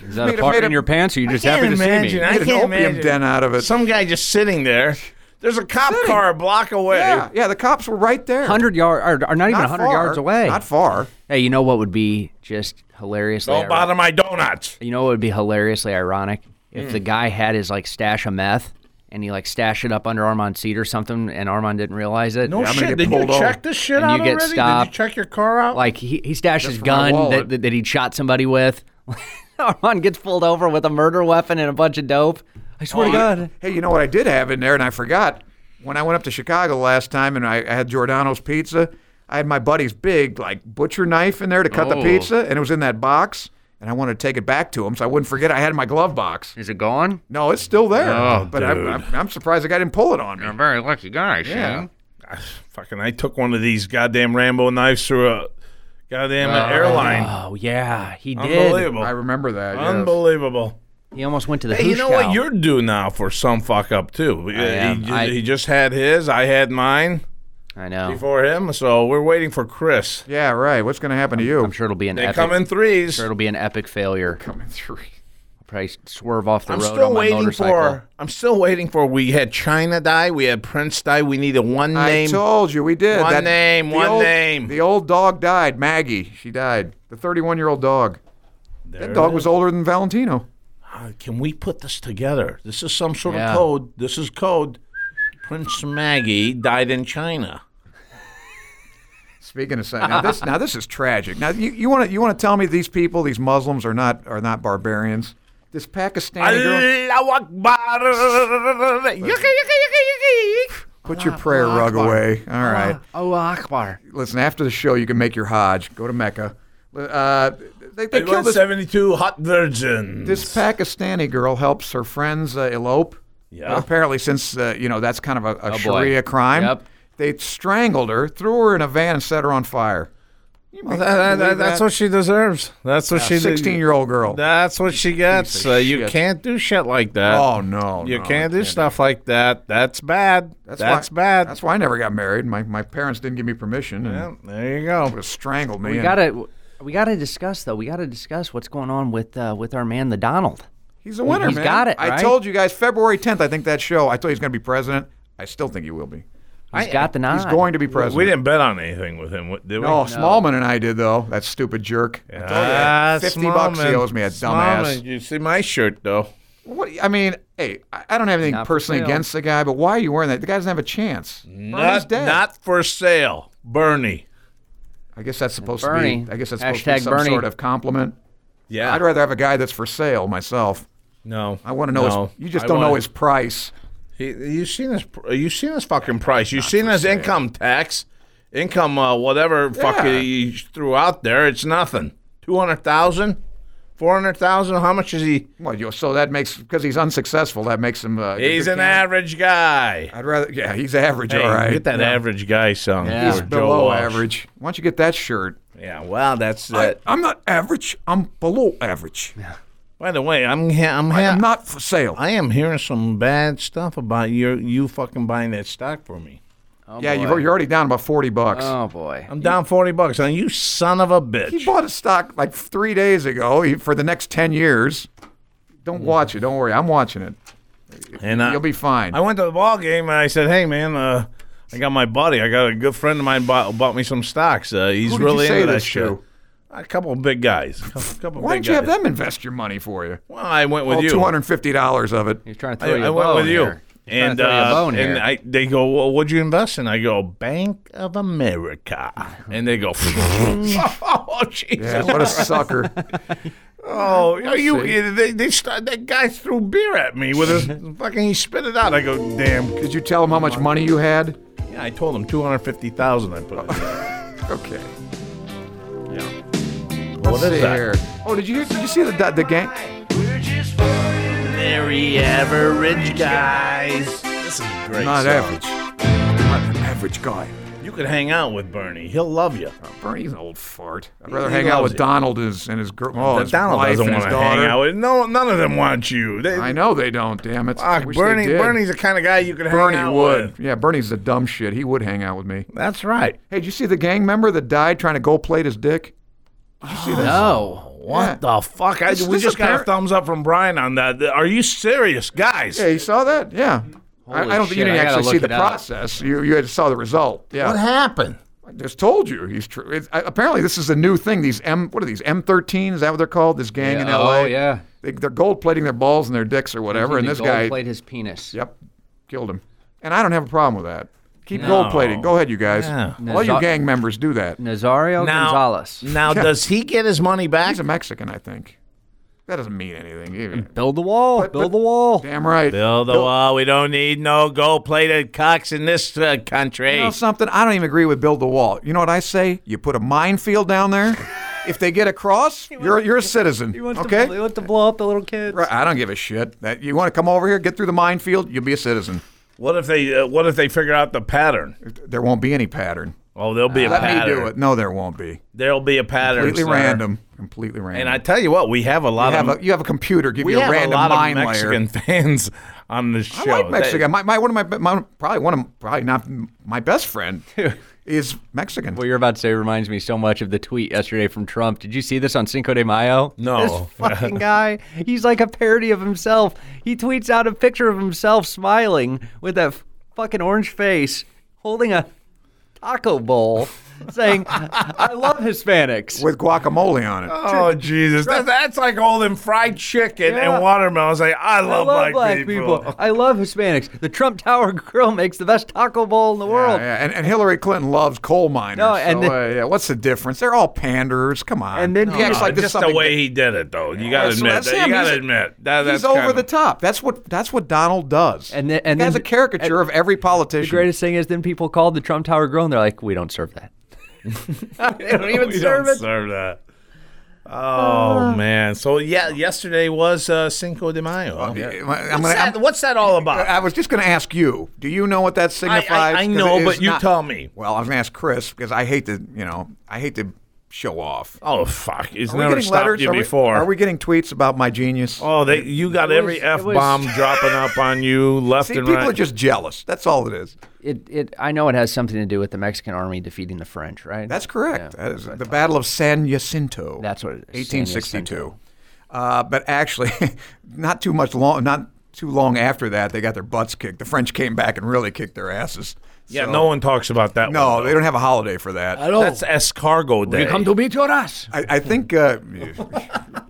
S5: Is that
S4: Made
S5: a
S4: a-
S5: fart
S4: made a-
S5: in your pants? Or are you just
S3: can't
S5: happy to
S3: imagine.
S5: see me?
S3: I
S4: He had an
S3: can't
S4: opium
S3: imagine.
S4: den out of it.
S3: Some guy just sitting there. There's a cop car a block away.
S4: Yeah. Yeah. The cops were right there.
S5: Hundred yard, or, or not even
S4: Not
S5: hundred
S4: far.
S5: yards away.
S4: Not far.
S5: Hey, you know what would be just hilariously?
S3: Don't
S5: ironic?
S3: bother my donuts.
S5: You know what would be hilariously ironic if the guy had his like stash of meth and he like stashed it up under Armand's seat or something, and Armand didn't realize it.
S3: No
S4: I'm gonna
S3: shit.
S4: get
S3: Did you
S4: pulled over.
S3: check this shit
S5: And
S3: out
S5: you get
S3: already?
S5: stopped.
S3: Did you check your car out?
S5: Like he, he stashed his
S4: for my
S5: gun that,
S4: wallet.
S5: that, that he shot somebody with. Armand gets pulled over with a murder weapon and a bunch of dope. I swear to God.
S4: Hey, you know what I did have in there, and I forgot when I went up to Chicago last time, and I, I had Giordano's pizza. I had my buddy's big like butcher knife in there to cut
S5: Oh.
S4: the pizza, and it was in that box. And I wanted to take it back to him, so I wouldn't forget I had it in my glove box.
S5: Is it gone?
S4: No, it's still there.
S3: Oh,
S4: but I,
S3: dude.
S4: I, I'm surprised the guy didn't pull it on me.
S5: very lucky guy,
S4: Yeah.
S3: Fucking, I took one of these goddamn Rambo knives through a goddamn airline.
S5: Oh yeah, he did.
S3: Unbelievable.
S4: I remember that. yes.
S3: Unbelievable.
S5: He almost went to the.
S3: Hey, you know
S5: hoosh cow.
S3: what? You're due now for some fuck up too.
S5: am.
S3: He, ju-
S5: I-
S3: he just had his. I had mine
S5: I know.
S3: before him, so we're waiting for Chris.
S4: Yeah, right. What's going to happen to you?
S5: I'm sure it'll be an
S3: They
S5: epic.
S3: come in threes.
S5: sure it'll be an epic failure.
S4: coming three.
S5: Probably swerve off the
S3: I'm
S5: road
S3: still
S5: on my
S3: waiting
S5: motorcycle.
S3: for. I'm still waiting for. We had China die. We had Prince die. We needed one
S4: I
S3: name.
S4: told you we did.
S3: One
S4: that,
S3: name,
S4: the
S3: one
S4: old-
S3: name.
S4: The old dog died. Maggie, she died. The 31 year old dog.
S3: There
S4: that dog
S3: it
S4: was older than Valentino.
S3: Uh, Can we put this together? This is some sort
S5: Yeah.
S3: of code. This is code. Prince Maggie died in China.
S4: Speaking of something, now this now this is tragic. Now you you want to you want to tell me these people, these Muslims, are not are not barbarians? This Pakistani girl.
S3: Allahu Akbar. Yucky, yucky, yucky, yucky.
S4: Put your prayer rug away. All right.
S5: Oh, Akbar.
S4: Listen, after the show, you can make your Hajj. Go to Mecca. Uh, they they
S3: They
S4: killed
S3: went
S4: this,
S3: 72 hot virgins.
S4: this Pakistani girl helps her friends uh, elope.
S3: Yeah.
S4: But apparently, since uh, you know that's kind of a, a
S5: Oh,
S7: boy.
S4: Sharia crime,
S7: Yep.
S4: they strangled her, threw her in a van, and set her on fire.
S3: Well, that- that- that- that's what she deserves. That's what she.
S4: Sixteen-year-old girl.
S3: That's what she gets.
S4: of
S3: Uh, you
S4: shit.
S3: can't do shit like that.
S4: oh no,
S3: you
S4: no,
S3: can't do stuff like that. That's bad. That's,
S4: why,
S3: bad.
S4: That's why I never got married. My my parents didn't give me permission and
S3: Yeah, there you go.
S4: would have strangled me.
S5: We
S4: and-
S5: gotta we gotta discuss though. We gotta discuss what's going on with uh, with our man, the Donald.
S4: He's a winner,
S5: He's
S4: man.
S5: got it,
S4: I
S5: right?
S4: told you guys February 10th. I think that show. I told you he's going to be president. I still think he will be.
S5: He's got the nod.
S4: He's going to be president.
S3: We didn't bet on anything with him, did we?
S4: No, Smallman and I did though. That stupid jerk. I told you,
S3: Ah,
S4: 50 bucks he
S3: Smallman.
S4: owes me, a dumbass.
S3: Smallman, You see my shirt though.
S4: What, I mean, hey, I I don't have anything
S5: Not for
S4: personally
S5: sale.
S4: against the guy, but why are you wearing that? The guy doesn't have a chance. Bernie's
S3: Not,
S4: dead.
S3: not for sale, Bernie.
S4: I guess that's supposed
S5: Bernie.
S4: to be. I guess that's supposed to
S5: Hashtag
S4: be some
S5: Bernie.
S4: sort of compliment.
S3: Yeah.
S4: I'd rather have a guy that's for sale myself.
S3: no.
S4: I want to know.
S3: No.
S4: His, you just
S3: I
S4: don't know
S3: want-
S4: his price.
S3: He, you seen his? pr- You seen his fucking price? You seen his income tax, income uh, whatever fucking
S4: Yeah.
S3: he threw out there? It's nothing. Two hundred thousand, four hundred thousand. How much is he?
S4: Well, you, so that makes because he's unsuccessful. That makes him. Uh,
S3: He's an average guy.
S4: I'd rather. Yeah, he's average.
S3: Hey,
S4: all right.
S3: get that average guy song.
S5: Yeah.
S3: for
S4: He's
S3: Joe
S4: below
S3: Walsh.
S4: average. Why don't you get that shirt?
S3: Yeah. Well, that's that.
S4: I'm not average. I'm below average.
S3: By the way, I'm he- I'm he-
S4: I'm not for sale.
S3: I am hearing some bad stuff about your you fucking buying that stock for me.
S5: Oh,
S4: yeah,
S5: boy.
S4: you've, you're already down about forty bucks.
S5: Oh boy.
S3: I'm down forty bucks on you, son of a
S4: He
S3: bitch.
S4: bought a stock like three days ago he- for the next 10 years. Don't watch it. Don't worry. I'm watching it.
S3: And I,
S4: You'll be fine.
S3: Uh, I went to the ball game and I said, "Hey, man, uh, I got my buddy. I got a good friend of mine bought, bought me some stocks. Uh, he's
S4: Who did you
S3: really
S4: say
S3: into that
S4: this
S3: shit.
S4: to?
S3: A couple of big guys. A couple
S4: Why
S3: big
S4: don't you have Oh,
S3: guys.
S4: them invest your money for you?
S3: Well, I went with
S4: All
S3: you.
S4: $250 of it.
S5: He's trying to
S3: I,
S5: throw you
S3: I
S5: a
S3: went
S5: bone
S3: with you.
S5: here. He's trying
S3: And
S5: to throw you a
S3: uh,
S5: bone
S3: and
S5: here.
S3: I, they go, well, "What'd you invest in?" I go, "Bank of America." And they go, "Oh Jesus!"
S4: Yeah, what a sucker.
S3: Oh, are you? They, they start, that guy threw beer at me with his fucking. He spit it out. I go, "Damn."
S4: Did you tell him how much money you had?
S3: Yeah, I told him two hundred fifty thousand. I put. in.
S4: Okay.
S3: What
S4: Let's
S3: is
S4: see
S3: that?
S4: here. Oh, did you hear, did you see the the gang?
S3: Very average guys. This is great.
S4: Not
S3: stuff.
S4: average. Not an average guy.
S3: You could hang out with Bernie. He'll love you.
S4: Bernie's an old fart. I'd rather
S3: He
S4: hang out
S3: loves
S4: with
S3: it.
S4: Donald and his, and his girl. Oh, his
S3: Donald
S4: wife
S3: doesn't
S4: and his
S3: want to hang
S4: daughter.
S3: out with. No, none of them want you. They,
S4: I know they don't. Damn it. I
S3: Fuck,
S4: wish they
S3: Bernie.
S4: did.
S3: Bernie's the kind of guy you could
S4: Bernie
S3: hang out
S4: would.
S3: with.
S4: Yeah, Bernie's the dumb shit. He would hang out with me.
S3: That's right.
S4: Hey, did you see the gang member that died trying to gold plate his dick?
S5: No.
S3: What the fuck? I,
S4: Is
S3: we
S4: this
S3: just got a
S4: apparent?
S3: thumbs up from Brian on that. Are you serious, guys?
S4: Yeah, you saw that? Yeah. I, I
S5: Holy
S4: don't think you
S5: shit,
S4: didn't
S5: I gotta
S4: actually see
S5: look
S4: the
S5: it up.
S4: process. You you had saw the result. Yeah.
S3: What happened?
S4: I just told you. He's tr- it's, I, apparently this is a new thing. These M what are these M13? Is that what they're called? This gang in
S5: Yeah,
S4: LA.
S5: oh, yeah.
S4: They, they're gold plating their balls and their dicks or whatever. And
S5: He
S4: this guy,
S5: played his penis.
S4: yep, killed him. And I don't have a problem with that. Keep gold plating. Go ahead, you guys.
S3: Yeah.
S4: All you
S5: Nazar-
S4: gang members do that.
S5: Nazario
S3: Now-
S5: Gonzalez.
S3: Now, does he get his money back?
S4: He's a Mexican, I think. That doesn't mean anything. Either.
S5: Build the wall. build the wall.
S4: Damn right.
S3: Build the wall. We don't need no gold-plated cocks in this uh, country.
S4: You know something? I don't even agree with build the wall. You know what I say? You put a minefield down there. if they get across, you're you're a citizen. okay.
S5: to blow up the little kid.
S4: Right, I don't give a shit. That you want to come over here, get through the minefield, you'll be a citizen.
S3: What if they? Uh, what if they figure out the pattern?
S4: There won't be any pattern.
S3: Oh, there'll be a
S4: Let
S3: pattern.
S4: me do it. No, there won't be.
S3: There'll be a pattern.
S4: Completely
S3: sir.
S4: random. Completely random.
S3: And I tell you what, we have a lot
S4: you have
S3: of
S4: a you have a computer give
S3: Um, we
S4: you a
S3: have
S4: random
S3: a lot
S4: mind
S3: of
S4: layer.
S3: Mexican fans on the show.
S4: I like Mexican. My, my one of my, be- my probably one of probably not my best friend is Mexican.
S5: What you're about to say reminds me so much of the tweet yesterday from Trump. Did you see this on Cinco de Mayo?
S3: No.
S5: This fucking guy, he's like a parody of himself. He tweets out a picture of himself smiling with that fucking orange face, holding a taco bowl saying, "I love Hispanics."
S4: with guacamole on it.
S3: Oh Jesus! That, that's like all them fried chicken
S5: Yeah.
S3: and watermelons. Like I
S5: I
S3: love,
S5: love black people. I love Hispanics. The Trump Tower Grill makes the best taco bowl in the world.
S4: Yeah, yeah. And, and Hillary Clinton loves coal miners.
S5: No,
S4: No,
S5: and
S4: and
S5: then-
S4: yeah, what's the difference? They're all panders. Come on.
S5: And then
S4: he
S5: people-
S4: acts like this is
S3: Uh, just the
S4: something-
S3: way he did it, though. You gotta
S4: That's-
S3: admit
S4: that's
S3: that.
S4: him.
S3: You gotta
S4: He's-
S3: admit that.
S4: He's
S3: that's
S4: over
S3: kind
S4: the
S3: of-
S4: top. That's what that's what Donald does.
S5: And then- and
S4: He has
S5: then-
S4: a caricature of every politician.
S5: The greatest thing is, then people called the Trump Tower Grill and they're like, "We don't serve that." they don't even
S3: We
S5: serve
S3: don't
S5: it.
S3: serve that.
S4: Ah.
S3: Oh man! So yeah, yesterday was uh, Cinco de Mayo. huh?
S4: yeah. I'm
S3: what's,
S4: gonna-
S3: that,
S4: I'm- Uh,
S3: what's that all about?
S4: I was just going to ask you. Do you know what that signifies? 'Cause it
S3: know,
S4: is
S3: but you
S4: not-
S3: tell me.
S4: Well, I was going to ask Chris because I hate to, you know, I hate to show off.
S3: oh fuck! It's
S4: Are we
S3: never
S4: getting
S3: stopped
S4: letters?
S3: you
S4: Are we-
S3: before.
S4: Are we getting tweets about my genius?
S3: oh, they, you got every
S5: was-
S3: f
S5: it was-
S3: bomb dropping up on you left
S4: See,
S3: and
S4: people
S3: right.
S4: are just jealous. That's all it is.
S5: It, it. I know it has something to do with the Mexican army defeating the French, right?
S4: That's correct. that is the Battle of San Jacinto.
S5: That's what it is, San
S4: 1862. Uh, but actually, not too much long. Not too long after that, they got their butts kicked. The French came back and really kicked their asses.
S3: yeah,
S4: So-
S3: no one talks about that.
S4: No,
S3: one,
S4: they don't have a holiday for that. I,
S3: don't. That's escargot day.
S5: meet your ass.
S4: I, think. Uh,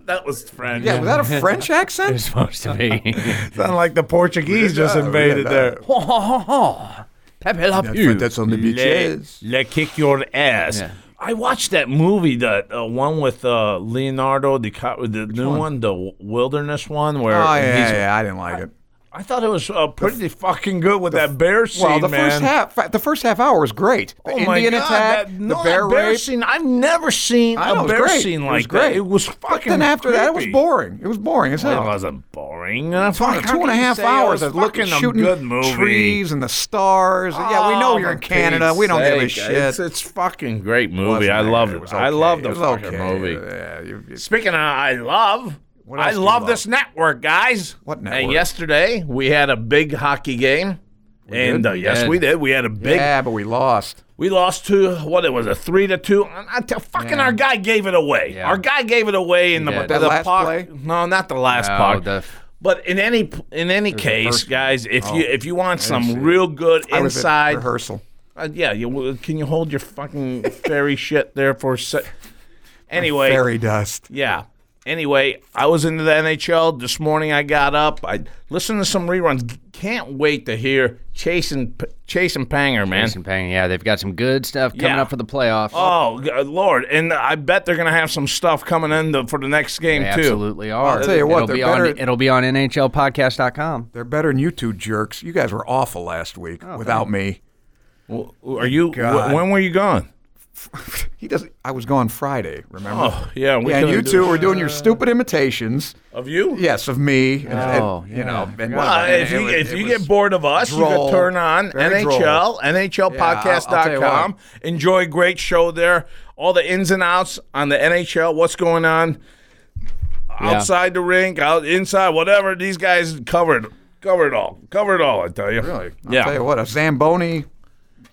S3: that was French.
S4: yeah, was that a French accent?
S5: It's supposed to be.
S3: Sound like the Portuguese just
S4: Yeah,
S3: invaded
S4: yeah,
S3: there.
S5: ho, ho, ho, ho. Pepe Le
S4: That's,
S5: Pew.
S4: that's on the
S3: Le,
S4: beaches.
S3: le kick your ass.
S5: Yeah.
S3: I watched that movie, that uh, one with uh, Leonardo DiCaprio, the new one? the w- wilderness one, where
S4: Oh yeah,
S3: he's-
S4: yeah, I didn't like it.
S3: I thought it was uh, pretty fucking good with that bear scene,
S4: Well, the
S3: man.
S4: first half, the first half hour was great. The
S3: Oh my
S4: Indian
S3: God,
S4: attack,
S3: that-
S4: the
S3: no,
S4: bear,
S3: that bear
S4: rape.
S3: scene. I've never seen
S4: I know, it
S3: a
S4: was
S3: bear
S4: great.
S3: scene
S4: It
S3: like
S4: was great.
S3: that. It was
S4: But
S3: fucking.
S4: then after that, it was
S3: creepy.
S4: boring. It was boring as
S3: It
S4: hell.
S3: wasn't boring. Uh,
S4: Fuck, two and a half hours of looking, shooting
S3: good movie.
S4: trees and the stars. yeah, we know
S3: Oh,
S4: you're in
S3: for
S4: Canada.
S3: Pete's
S4: We don't give a
S3: sake.
S4: shit.
S3: It's, it's fucking great movie.
S4: Wasn't
S3: I
S4: that
S3: love
S4: good?
S3: it.
S4: was
S3: I
S4: okay.
S3: love the
S4: It was
S3: fucking
S4: okay.
S3: movie.
S4: Yeah, you- you-
S3: Speaking of I love,
S4: What
S3: I
S4: else do you
S3: love
S4: love?
S3: this network, guys.
S4: What
S3: And
S4: network?
S3: yesterday we had a big hockey game. and
S5: did?
S3: uh,
S5: We
S3: yes,
S5: did.
S3: we did. We had a big.
S4: yeah, but we lost.
S3: We lost to what it was a three to two. And I tell, fucking our guy gave it away.
S5: Yeah.
S3: Our guy gave it away in the,
S5: did.
S3: the,
S4: That last
S3: puck.
S4: play?
S3: No, not the last
S5: No,
S3: puck.
S5: the-
S3: but in any in any case,
S5: first-
S3: guys, if you if you want some real good
S4: Oh, I was at
S3: inside
S4: rehearsal.
S3: uh, yeah, you, well, can you hold your fucking fairy shit there for a sec? Anyway,
S4: Fairy dust.
S3: yeah. Anyway, I was into the NHL this morning. I got up. I listened to some reruns. Can't wait to hear chasing chasing Panger, man.
S5: Mason Pang, yeah, they've got some good stuff coming
S3: Yeah.
S5: up for the playoffs.
S3: Oh g- Lord! And I bet they're gonna have some stuff coming in the, for the next game
S5: they
S3: too.
S5: absolutely are.
S4: I'll tell you what,
S5: it'll
S4: they're
S5: be on
S4: better-
S5: it'll be on NHLpodcast.com.
S4: They're better than you two jerks. You guys were awful last week
S3: Oh,
S4: without me.
S3: W- Are you?
S4: God.
S3: Wh- when were you gone?
S4: He doesn't. I was gone Friday. Remember?
S3: Oh yeah, we
S4: yeah, and you
S3: couldn't do-
S4: two were doing your stupid imitations.
S3: of you.
S4: Yes, of me. And, and,
S5: Oh, yeah,
S4: you know. and-
S3: Well,
S4: and
S3: if
S4: it
S3: you,
S4: was-
S3: if
S4: it
S3: you
S4: was-
S3: get bored of us, you
S4: droll.
S3: can turn on
S4: Very
S3: NHL,
S4: droll. Yeah, I'll- I'll tell you
S3: NHLpodcast.com. Enjoy a great show there. All the ins and outs on the NHL, what's going on outside the rink, out inside, whatever. These guys covered cover it all. Cover it all, I tell you.
S4: Really? I'll
S3: yeah.
S4: tell you what, a Zamboni.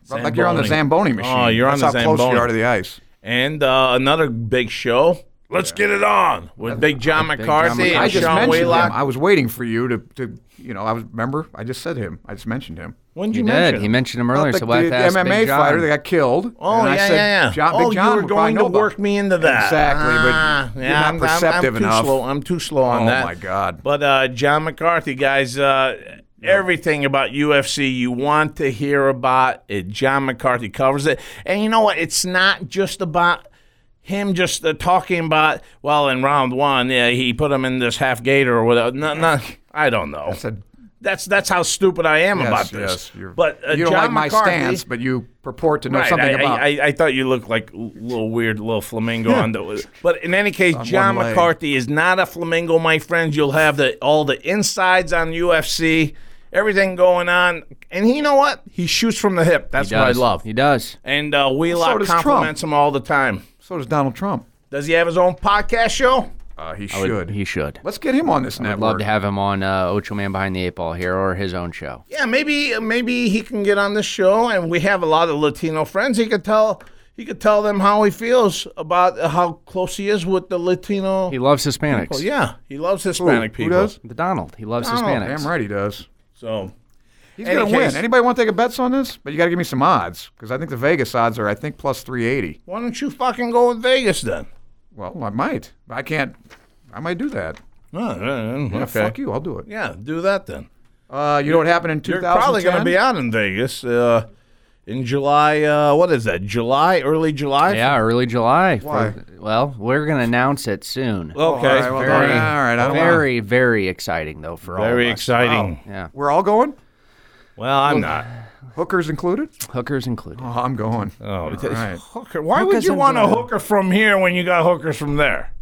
S4: Like you're on the Zamboni machine.
S3: Oh, you're on
S4: That's
S3: the
S4: how close
S3: Zamboni.
S4: you are to the ice.
S3: And uh, another big show. Let's get it on with Big John McCarthy
S4: I,
S3: and
S4: just
S3: Sean
S4: mentioned
S3: Wheelock.
S4: him. I was waiting for you to, to, you know, I was remember. I just said him. I just mentioned him.
S3: When did
S5: You
S3: you
S5: did.
S3: mention
S5: He
S3: him?
S5: mentioned him
S4: Well,
S5: earlier,
S4: the,
S5: so we'll have
S4: the
S5: to ask
S4: MMA
S5: Big John.
S4: fighter that got killed.
S3: Oh
S4: and I
S3: yeah,
S4: said,
S3: yeah, yeah.
S4: John,
S3: oh,
S4: Big John
S3: you were
S4: would probably
S3: going
S4: know
S3: to
S4: about
S3: work
S4: it.
S3: me into that.
S4: Exactly, but
S3: Ah,
S4: you're
S3: yeah,
S4: not
S3: I'm, I'm-
S4: perceptive
S3: I'm too
S4: enough.
S3: Slow. I'm too slow on
S4: Oh,
S3: that.
S4: my God.
S3: But uh, John McCarthy, guys, uh, everything about UFC you want to hear about it. John McCarthy covers it, and you know what? It's not just about. Him just uh, talking about well in round one, yeah, he put him in this half gator or whatever. No, no, I don't know. That's
S4: a-
S3: that's, how stupid I am
S4: Yes,
S3: about this.
S4: yes, you're-
S3: but uh,
S4: you don't
S3: John
S4: like
S3: McCarthy,
S4: my stance, but you purport to know
S3: Right,
S4: something
S3: I,
S4: about.
S3: I, I, I thought you looked like a little weird little flamingo on the. But in any case, John
S4: one leg.
S3: McCarthy is not a flamingo, my friends. You'll have the all the insides on UFC, everything going on, and he, you know what? He shoots from the hip. That's
S5: He
S3: what I
S5: does.
S3: love.
S5: He does.
S3: And uh, Wheelock
S4: So does Trump.
S3: compliments him all the time.
S4: so does Donald Trump.
S3: Does he have his own podcast show?
S4: Uh, he
S5: Would-
S4: should.
S5: He should.
S4: Let's get him on this
S5: I'd
S4: network.
S5: love to have him on uh, Ocho Man Behind the Eight Ball here or his own show.
S3: Yeah, maybe maybe he can get on this show, and we have a lot of Latino friends. He could tell. He could tell them how he feels about how close he is with the Latino.
S5: He loves Hispanics.
S3: Well, yeah, he loves Hispanic
S4: who
S3: people.
S4: does?
S5: The Donald. He loves
S3: Donald,
S5: Hispanics.
S4: Damn right he does.
S3: So,
S4: He's
S3: Any
S4: going to win.
S3: case,
S4: Anybody want to take a bets on this? But you got to give me some odds because I think the Vegas odds are, I think, plus 380.
S3: Why don't you fucking go with Vegas then?
S4: Well, I might. I can't. I might do that.
S3: Oh, yeah, yeah,
S4: Yeah,
S3: okay.
S4: fuck you. I'll do it.
S3: Yeah, do that then.
S4: Uh, you know what happened in
S3: You're
S4: 2010?
S3: probably going to be out in Vegas uh, in July. Uh, what is that? July, early July.
S5: Yeah, early July. for-
S4: Why?
S5: well, we're going to announce it soon.
S3: Okay.
S4: All right, well, all
S5: Very-
S4: right, I don't wanna-
S5: very, very exciting though for all.
S3: Very
S5: of us.
S3: exciting.
S5: Yeah,
S4: We're all going?
S3: Well, I'm not.
S4: Hookers included?
S5: hookers included.
S4: Oh, I'm going.
S3: Oh, it's-
S4: right.
S3: hooker. Why would
S5: Hookers
S3: you
S5: and
S3: want a
S5: blood.
S3: hooker from here when you got hookers from there?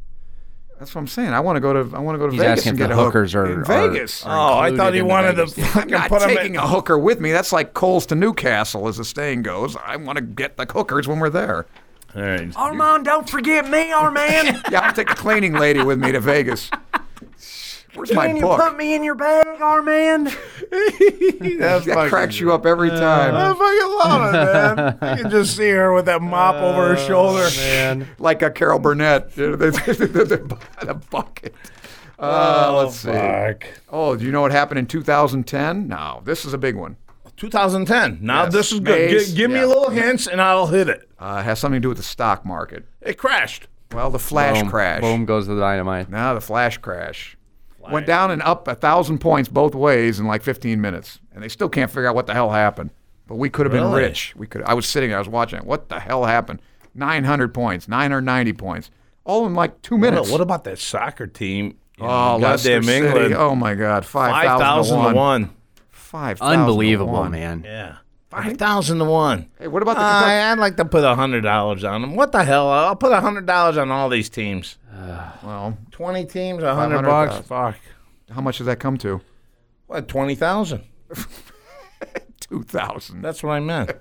S4: That's what I'm saying. I want to go to I want to go to
S5: He's
S4: Vegas
S5: asking
S4: and get
S5: if the
S4: a hook-
S5: hookers are-
S4: in
S5: are-
S4: Vegas.
S5: are-
S3: Oh, I
S5: included
S3: thought he
S5: in the
S3: wanted
S5: Vegas
S3: to
S5: deal.
S4: I'm
S3: fucking
S4: not
S3: put him
S4: taking
S3: in.
S4: a hooker with me. That's like Coles to Newcastle, as the saying goes. I want to get the hookers when we're there.
S3: All right.
S5: Armand, don't forget me, Armand.
S4: Yeah, I'll take the cleaning lady with me to Vegas. Where's my book?
S5: me in your bag, Armand?
S3: That's
S4: that
S3: fucking-
S4: cracks you up every time.
S3: I fucking love it, man. You can just see her with that mop over her shoulder.
S7: Man.
S4: like a Carol Burnett, you know, the, the, the- the bucket. Uh, let's see. Oh, do you know what happened in 2010? No, this is a big one.
S3: 2010. Now
S4: Yes.
S3: this is good.
S4: Maze,
S3: Gi- give me
S4: yeah.
S3: a little hints and I'll hit it.
S4: Uh, it has something to do with the stock market.
S3: It crashed.
S4: Well, the flash
S5: boom,
S4: crash.
S5: Boom goes the dynamite.
S4: No, the flash crash. Went down and up a thousand points both ways in like 15 minutes, and they still can't figure out what the hell happened. But we could have been
S3: Really?
S4: rich. We could. I was sitting. there, I was watching. it. What the hell happened? 900 points. 990 points. All in like two minutes.
S3: What, what about that soccer team? in
S4: Oh, Leicester
S3: goddamn
S4: City.
S3: England.
S4: Oh my God, five thousand
S3: 5,000 to 1.
S4: Five thousand.
S5: Unbelievable, man.
S3: Yeah. 5,000 to 1.
S4: Hey, what about the Kentucky?
S3: I, I'd like to put $100 on them. What the hell? I'll put $100 on all these teams.
S4: Well,
S3: 20 teams, 100 bucks.
S4: 500,000.
S3: Fuck.
S4: how much does that come to?
S3: What, 20,000?
S4: Two thousand.
S3: That's what I meant.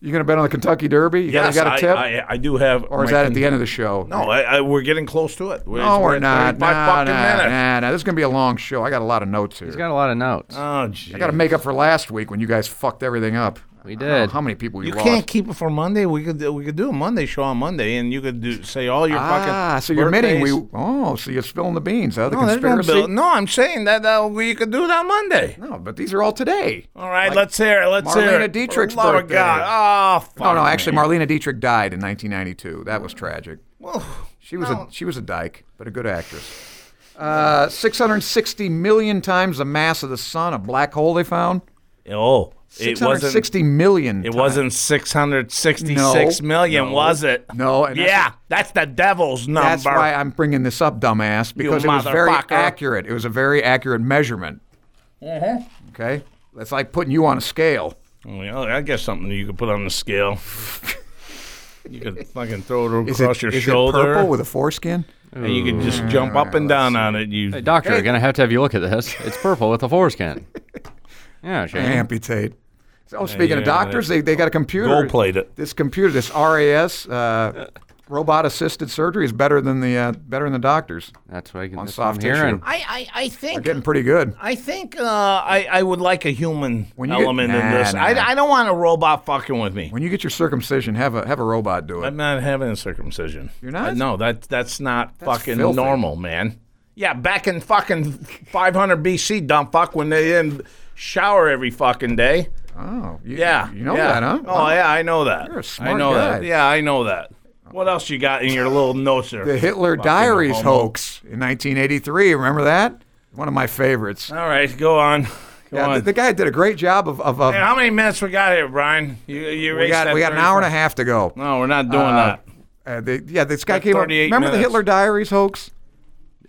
S4: You gonna bet on the Kentucky Derby? You
S3: Yes,
S4: got a tip,
S3: I, I, I do have.
S4: or is that at the end of the show?
S3: No, I, I, we're getting close to it. We're,
S4: no,
S3: we're
S4: we're
S3: at
S4: not.
S3: 35
S4: Nah,
S3: fucking
S4: nah,
S3: minutes.
S4: nah, nah. This is gonna be a long show. I got a lot of notes here.
S5: He's got a lot of notes.
S3: Oh, gee.
S4: I got to make up for last week when you guys fucked everything up.
S5: We
S4: I don't know
S5: did.
S4: How many people you,
S3: You
S4: lost?
S3: can't keep it for Monday. We could do- we could do a Monday show on Monday, and you could do say all your fucking.
S4: ah, so you're admitting we.
S3: birthdays.
S4: Oh, so you're spilling the beans, huh? The
S3: No, there's no,
S4: conspiracy.
S3: bill- no, I'm saying that uh, we- you could do it Oh, on Monday.
S4: no, but these are all today.
S3: All right, let's hear it. Let's hear
S4: Marlena
S3: it.
S4: Dietrich's
S3: For the love
S4: birthday.
S3: Of God. Oh, fuck
S4: Oh no, actually,
S3: me.
S4: Marlena Dietrich died in 1992. That was tragic.
S3: Well,
S4: She was a she was a dyke, but a good actress. Uh, 660 million times the mass of the sun, a black hole they found.
S3: oh, it wasn't.
S4: 660 million.
S3: It
S4: times.
S3: wasn't six hundred sixty-six
S4: No,
S3: million,
S4: no,
S3: was it?
S4: no, and that's-
S3: yeah, that's, the devil's number.
S4: That's why I'm bringing this up, dumbass, because it was very
S3: motherfucker.
S4: accurate. It was a very accurate measurement.
S3: Mm-hmm.
S4: Okay, that's like putting you on a scale.
S3: Well, oh, I guess something you could put on the scale. you could fucking throw it
S4: Is
S3: across
S4: it,
S3: your
S4: is it
S3: shoulder, Mm-hmm.
S4: purple with Mm. a foreskin?
S3: and you could just jump up and down on it. You
S7: Hey, doctor, you're gonna have to have you look at this. It's purple with a foreskin. Yeah, Shane.
S4: Amputate. Oh, speaking of
S3: Uh, yeah,
S4: doctors, they, they got a computer.
S3: gold plate it.
S4: this computer, this RAS, uh, robot-assisted surgery, is better than the uh, better than the doctors.
S5: That's what I can.
S4: On
S5: That's what I'm
S4: soft
S5: hearing.
S4: tissue.
S3: I, I, I think
S4: Getting pretty good.
S3: I think uh, I, I would like a human
S4: When you get-
S3: element in
S4: Nah,
S3: this.
S4: nah.
S3: I, I don't want a robot fucking with me.
S4: When you get your circumcision, have a have a robot do
S3: I'm
S4: it.
S3: not having a circumcision.
S4: You're not?
S3: Uh, no, that that's not fucking
S4: filthy.
S3: normal, man. Yeah, back in fucking 500 BC, dumb fuck, when they didn't shower every fucking day.
S4: Oh, you,
S3: Yeah.
S4: you know
S3: yeah.
S4: that, huh?
S3: Oh, yeah, I know that.
S4: You're a smart
S3: I know
S4: guy.
S3: that. Yeah, I know that. What else you got in your little notes there?
S4: The Hitler
S3: Fucking
S4: Diaries
S3: homo.
S4: hoax in 1983. Remember that? One of my favorites.
S3: All right, go on. Go
S4: Yeah,
S3: on.
S4: the, the guy did a great job of. of, of
S3: Hey, how many minutes we got here, Brian? You, you
S4: we got we got an hour and a half to go.
S3: No, we're not doing
S4: Uh,
S3: that.
S4: Uh, the, yeah, this guy
S3: Got
S4: came. up-
S3: 38
S4: Remember the
S3: minutes.
S4: Hitler Diaries hoax?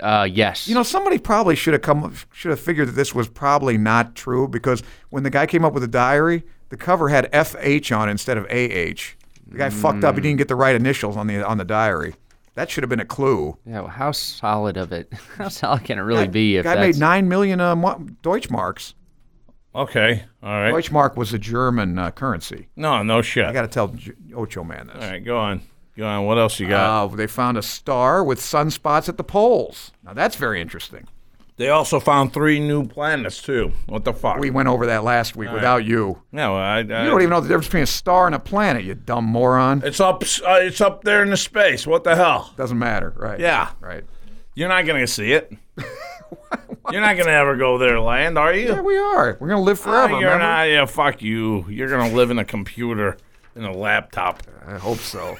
S5: Uh, yes.
S4: You know, somebody probably should have come should have figured that this was probably not true because when the guy came up with the diary, the cover had FH on it instead of AH. The guy fucked up. He didn't get the right initials on the on the diary. That should have been a clue.
S5: yeah. Well, how solid of it? How solid can it really be
S4: The
S5: if
S4: guy
S5: that's
S4: made nine million uh, mo- Deutschmarks.
S3: Okay, all right.
S4: Deutschmark was a German uh, currency.
S3: No, no
S4: I
S3: shit.
S4: got to tell J- Ocho Man this.
S3: all right, go on. Go on. What else you got?
S4: Uh, they found a star with sunspots at the poles. Now that's very interesting.
S3: They also found three new planets too. What the fuck?
S4: We went over that last week without you.
S3: no, I, I
S4: You don't even know the difference between a star and a planet, you dumb moron.
S3: It's up. Uh, it's up there in the space. What the hell?
S4: Doesn't matter, right?
S3: Yeah.
S4: Right.
S3: You're not gonna see it. You're not gonna ever go there, land, are you?
S4: Yeah, we are. We're gonna live
S3: Ah,
S4: forever.
S3: you're
S4: remember?
S3: not. Yeah, fuck you. You're gonna live in a computer, in a laptop.
S4: I hope so.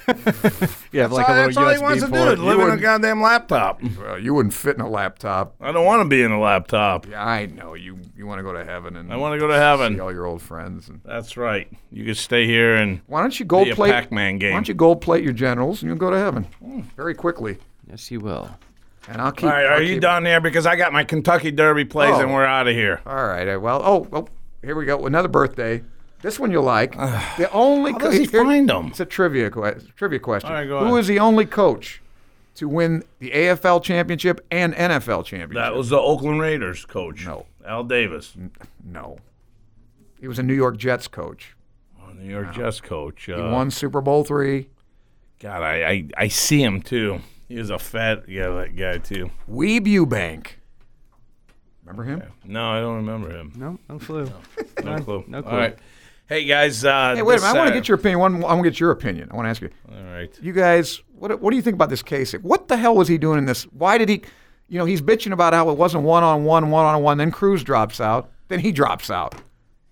S7: You have like
S3: Ah,
S7: a little
S3: that's all
S7: USB
S3: he wants to
S7: port.
S3: do. Live in a goddamn laptop.
S4: well, you wouldn't fit in a laptop.
S3: I don't want to be in a laptop.
S4: Yeah, I know. You you want to go to heaven and
S3: I want to go to heaven.
S4: see all your old friends. And
S3: That's right. You could stay here and
S4: why don't you gold
S3: be a
S4: plate?
S3: Pac-Man
S4: Why
S3: game.
S4: don't you gold plate your generals and you'll go to heaven Hmm, very quickly?
S7: Yes, you will.
S4: And I'll keep.
S3: All right,
S4: I'll
S3: are you
S4: keep-
S3: done here? Because I got my Kentucky Derby plays
S4: Oh.
S3: and we're out of here.
S4: All right. uh, Well, oh, oh, here we go. Another birthday. This one you'll like. The only
S3: How does he
S4: here-
S3: find 'em?
S4: It's a trivia que- trivia question.
S3: All right, go
S4: Who
S3: ahead.
S4: is the only coach to win the AFL championship and NFL championship?
S3: That was the Oakland Raiders coach.
S4: No. Mm.
S3: Al Davis,
S4: no. He was a New York Jets coach.
S3: Oh, New York Jets coach. Uh,
S4: He won Super Bowl three.
S3: God, I, I I see him too. He was a fat yeah that guy too.
S4: Weeb Eubank. Remember him?
S3: No, I don't remember him.
S7: No, no clue.
S3: No clue.
S7: no
S3: All
S7: clue.
S3: right. Hey guys. Uh,
S4: Hey, wait a minute. I want to get
S3: your.
S4: your opinion. One, I want to get your opinion. I want to ask you.
S3: All right.
S4: You guys, what what do you think about this case? What the hell was he doing in this? Why did he? You know, he's bitching about how it wasn't one on one, one on one. Then Cruz drops out. Then he drops out.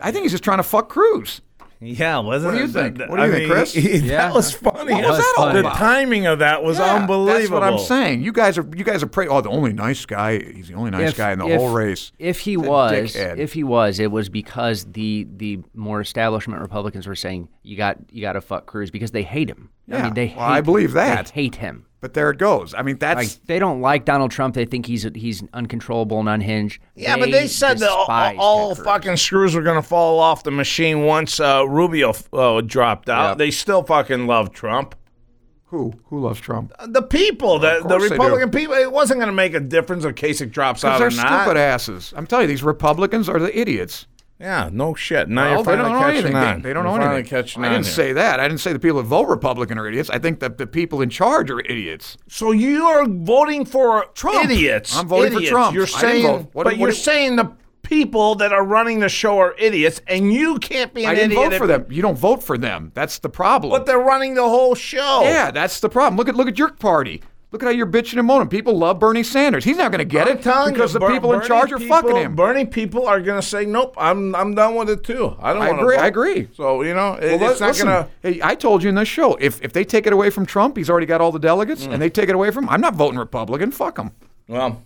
S4: I think he's just trying to fuck Cruz.
S3: Yeah, wasn't
S4: What do
S3: it?
S4: you think?
S3: th-
S4: What do you
S3: I
S4: think,
S3: mean,
S4: Chris?
S7: Yeah.
S3: That was funny.
S4: What was that all
S3: the
S4: about?
S3: timing of that was
S4: Yeah,
S3: unbelievable.
S4: That's what I'm saying. You guys are you guys are praying. Oh, the only nice guy. He's the only nice guy in the whole race.
S5: If he was,
S4: dickhead.
S5: if he was, it was because the the more establishment Republicans were saying you got you got to fuck Cruz because they hate him. I
S4: Yeah.
S5: mean, they.
S4: Well, I
S5: hate-
S4: believe that.
S5: They hate him.
S4: But there it goes. I mean, that's
S5: Like they don't like Donald Trump. They think he's he's uncontrollable and unhinged.
S3: Yeah, but they said that all,
S5: despise
S3: all
S5: Ted Cruz.
S3: fucking screws were going to fall off the machine once uh, Rubio uh, dropped out. They still fucking love Trump. Uh,
S4: who who loves Trump.
S3: The people, the, the
S4: course they do.
S3: Republican people, it wasn't going to make a difference if Kasich drops out
S4: Because
S3: or
S4: they're
S3: not.
S4: stupid asses. I'm telling you, these Republicans are the idiots.
S3: Yeah, no shit. Now
S4: Well,
S3: you're
S4: they
S3: finally
S4: don't know
S3: catching
S4: anything. They-
S3: on.
S4: They, don't
S3: You're
S4: know
S3: finally
S4: anything.
S3: Catching
S4: I
S3: on
S4: didn't
S3: here.
S4: say that. I didn't say the people that vote Republican are idiots. I think that the people in charge are idiots.
S3: So you are voting for Trump. idiots.
S4: I'm voting for
S3: idiots.
S4: Trump.
S3: You're
S4: I didn't
S3: saying,
S4: vote.
S3: but
S4: What- what-
S3: you're saying the people that are running the show are idiots, and you can't be an
S4: I didn't
S3: idiot.
S4: vote for
S3: if-
S4: them. You don't vote for them. That's the problem.
S3: But they're running the whole show.
S4: yeah, that's the problem. Look at look at your party. Look at how you're bitching and moaning. People love Bernie Sanders. He's not going to get
S3: I'm
S4: it
S3: telling
S4: because
S3: you,
S4: the
S3: Ber-
S4: people in
S3: Bernie
S4: charge are
S3: people-
S4: fucking him.
S3: Bernie people are going to say, "Nope, I'm I'm done with it too. I don't
S4: I
S3: want
S4: agree,
S3: to."
S4: I agree.
S3: So you know, it,
S4: Well,
S3: it's not
S4: listen,
S3: going to.
S4: Hey, I told you in this show, if if they take it away from Trump, he's already got all the delegates,
S3: Mm.
S4: and they take it away from him, I'm not voting Republican. Fuck him.
S3: Well,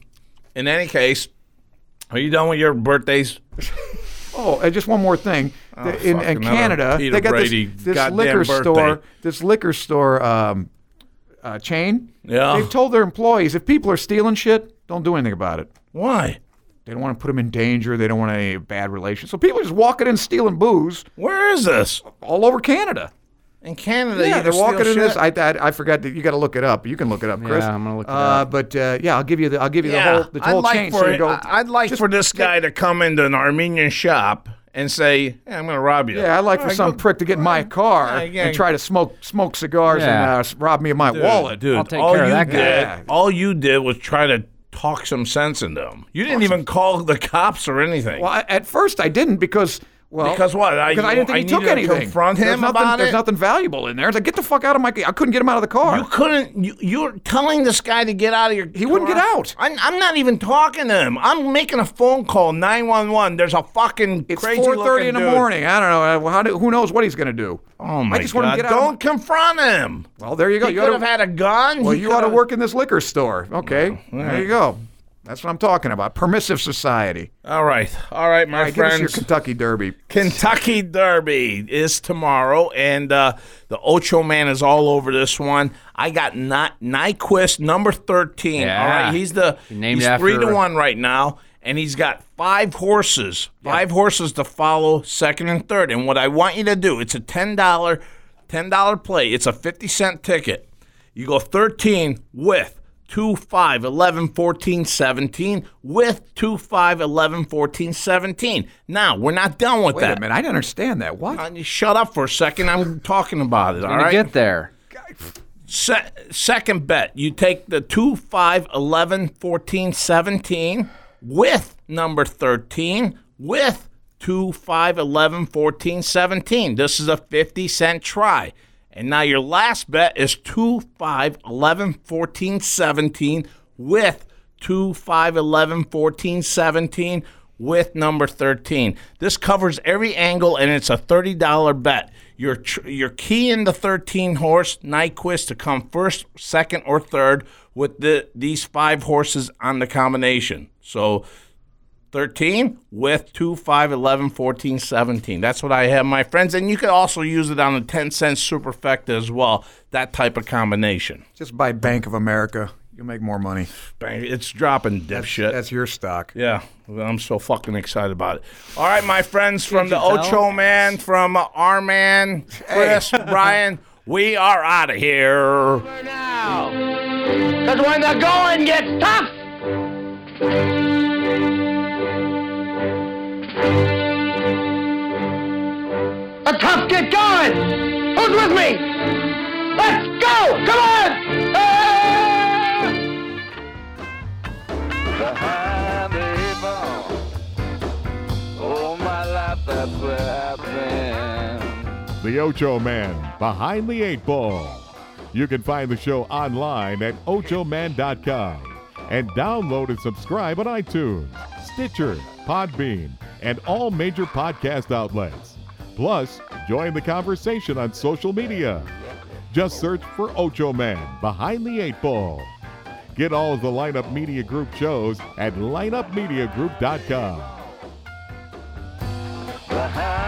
S3: in any case, are you done with your birthdays?
S4: Oh, and just one more thing. The- in,
S3: Oh, fuck,
S4: in
S3: another
S4: Canada,
S3: Peter
S4: they got
S3: Brady
S4: this, this
S3: goddamn
S4: liquor
S3: birthday.
S4: store, this liquor store um, uh, chain.
S3: Yeah.
S4: They've told their employees if people are stealing shit, don't do anything about it.
S3: Why?
S4: They don't want to put them in danger. They don't want any bad relations. So people are just walking in stealing booze
S3: Where is this?
S4: all over Canada.
S3: In Canada,
S4: yeah,
S3: you
S4: they're
S3: just
S4: walking
S3: steal
S4: in this.
S3: shit?
S4: I, I, I forgot. That you got to look it up. You can look it up, Chris.
S7: I'm gonna look it
S4: uh,
S7: up.
S4: But uh, yeah, I'll give you the I'll give you the whole the whole
S3: I'd like
S4: chain.
S3: For,
S4: so you go,
S3: I- I'd like for this guy to come into an Armenian shop and say, hey, "I'm going to rob you."
S4: Yeah, I'd like
S3: All
S4: for
S3: right,
S4: some
S3: go-
S4: prick to get in my car
S3: Yeah, yeah.
S4: and try to smoke smoke cigars
S7: Yeah.
S4: and uh, rob me of my wallet.
S3: dude.
S7: I'll take
S3: all
S7: care of
S3: you
S7: that guy.
S3: did,
S4: Yeah.
S3: all you did was try to talk some sense into him. You didn't even call the cops or anything.
S4: Well, I, at first I didn't because well
S3: Because what? I-
S4: because I didn't think
S3: I
S4: he took
S3: needed to
S4: anything.
S3: confront
S4: there's
S3: him
S4: nothing,
S3: about
S4: There's
S3: it?
S4: nothing valuable in there. It's like get the fuck out of my. I couldn't get him out of the car.
S3: You couldn't. You, you're telling this guy to get out of your.
S4: He wouldn't get out.
S3: I'm, I'm not even talking to him. I'm making a phone call. Nine one one. There's a fucking
S4: it's
S3: crazy
S4: 4:30 in the
S3: looking dude.
S4: morning. I don't know. uh, How do, who knows what he's gonna do?
S3: Oh my
S4: I just
S3: god!
S4: want to get out.
S3: Don't confront him.
S4: well, there you go.
S3: He
S4: you
S3: could
S4: oughta-
S3: have had a gun.
S4: well,
S3: He
S4: you
S3: could
S4: ought to
S3: have-
S4: work in this liquor store. Okay, there you go. That's what I'm talking about. Permissive society.
S3: All right, all right, my
S4: All right, give us your
S3: friends.
S4: Kentucky Derby.
S3: Kentucky Derby is tomorrow, and uh, the Ocho Man is all over this one. I got not Nyquist number thirteen. All
S7: Yeah.
S3: right, he's the
S7: Named
S3: he's
S7: after-
S3: three to one right now, and he's got five horses, five horses to follow second and third. And what I want you to do, it's a ten dollar, ten dollar play. It's a fifty cent ticket. You go 13 with 2, 5, 11, 14, 17, with 2, 5, 11, 14, 17. Now, we're not done with
S4: Wait
S3: that.
S4: a minute, I didn't understand that. What?
S3: Uh, Shut up for a second. I'm talking about it. All
S7: Gonna
S3: right.
S7: get there.
S3: Se- second bet, you take the 2, 5, 11, 14, 17 with number 13 with 2, 5, 11, 14, 17. This is a 50 cent try. And now your last bet is 2, 5, 11, 14, 17 with 2, 5, 11, 14, 17 with number 13. This covers every angle and it's a $30 bet. You're, tr- you're keying the 13 horse Nyquist to come first, second, or third with the, these five horses on the combination. So 13 with 2, 5, 11, 14, 17. That's what I have, my friends. And you can also use it on the 10 cent superfecta as well, that type of combination.
S4: Just buy Bank of America. You'll make more money.
S3: Bang, it's dropping dipshit.
S4: That's your stock.
S3: Yeah, well, I'm so fucking excited about it. All right, my friends from the
S5: you tell?
S3: Ocho Man, from uh, our man, Chris, Brian, we are out of here.
S2: now. Because when the going gets tough, the tough get going. Who's with me? Let's go! Come on! Behind the eight ball. Oh, my life, that's where I've been.
S1: The Ocho Man Behind the Eight Ball. You can find the show online at ochoman.com and download and subscribe on iTunes, Stitcher, Podbean, and all major podcast outlets. Plus, join the conversation on social media. Just search for Ocho Man Behind the Eight Ball. Get all of the Lineup Media Group shows at lineupmediagroup.com.
S2: Behind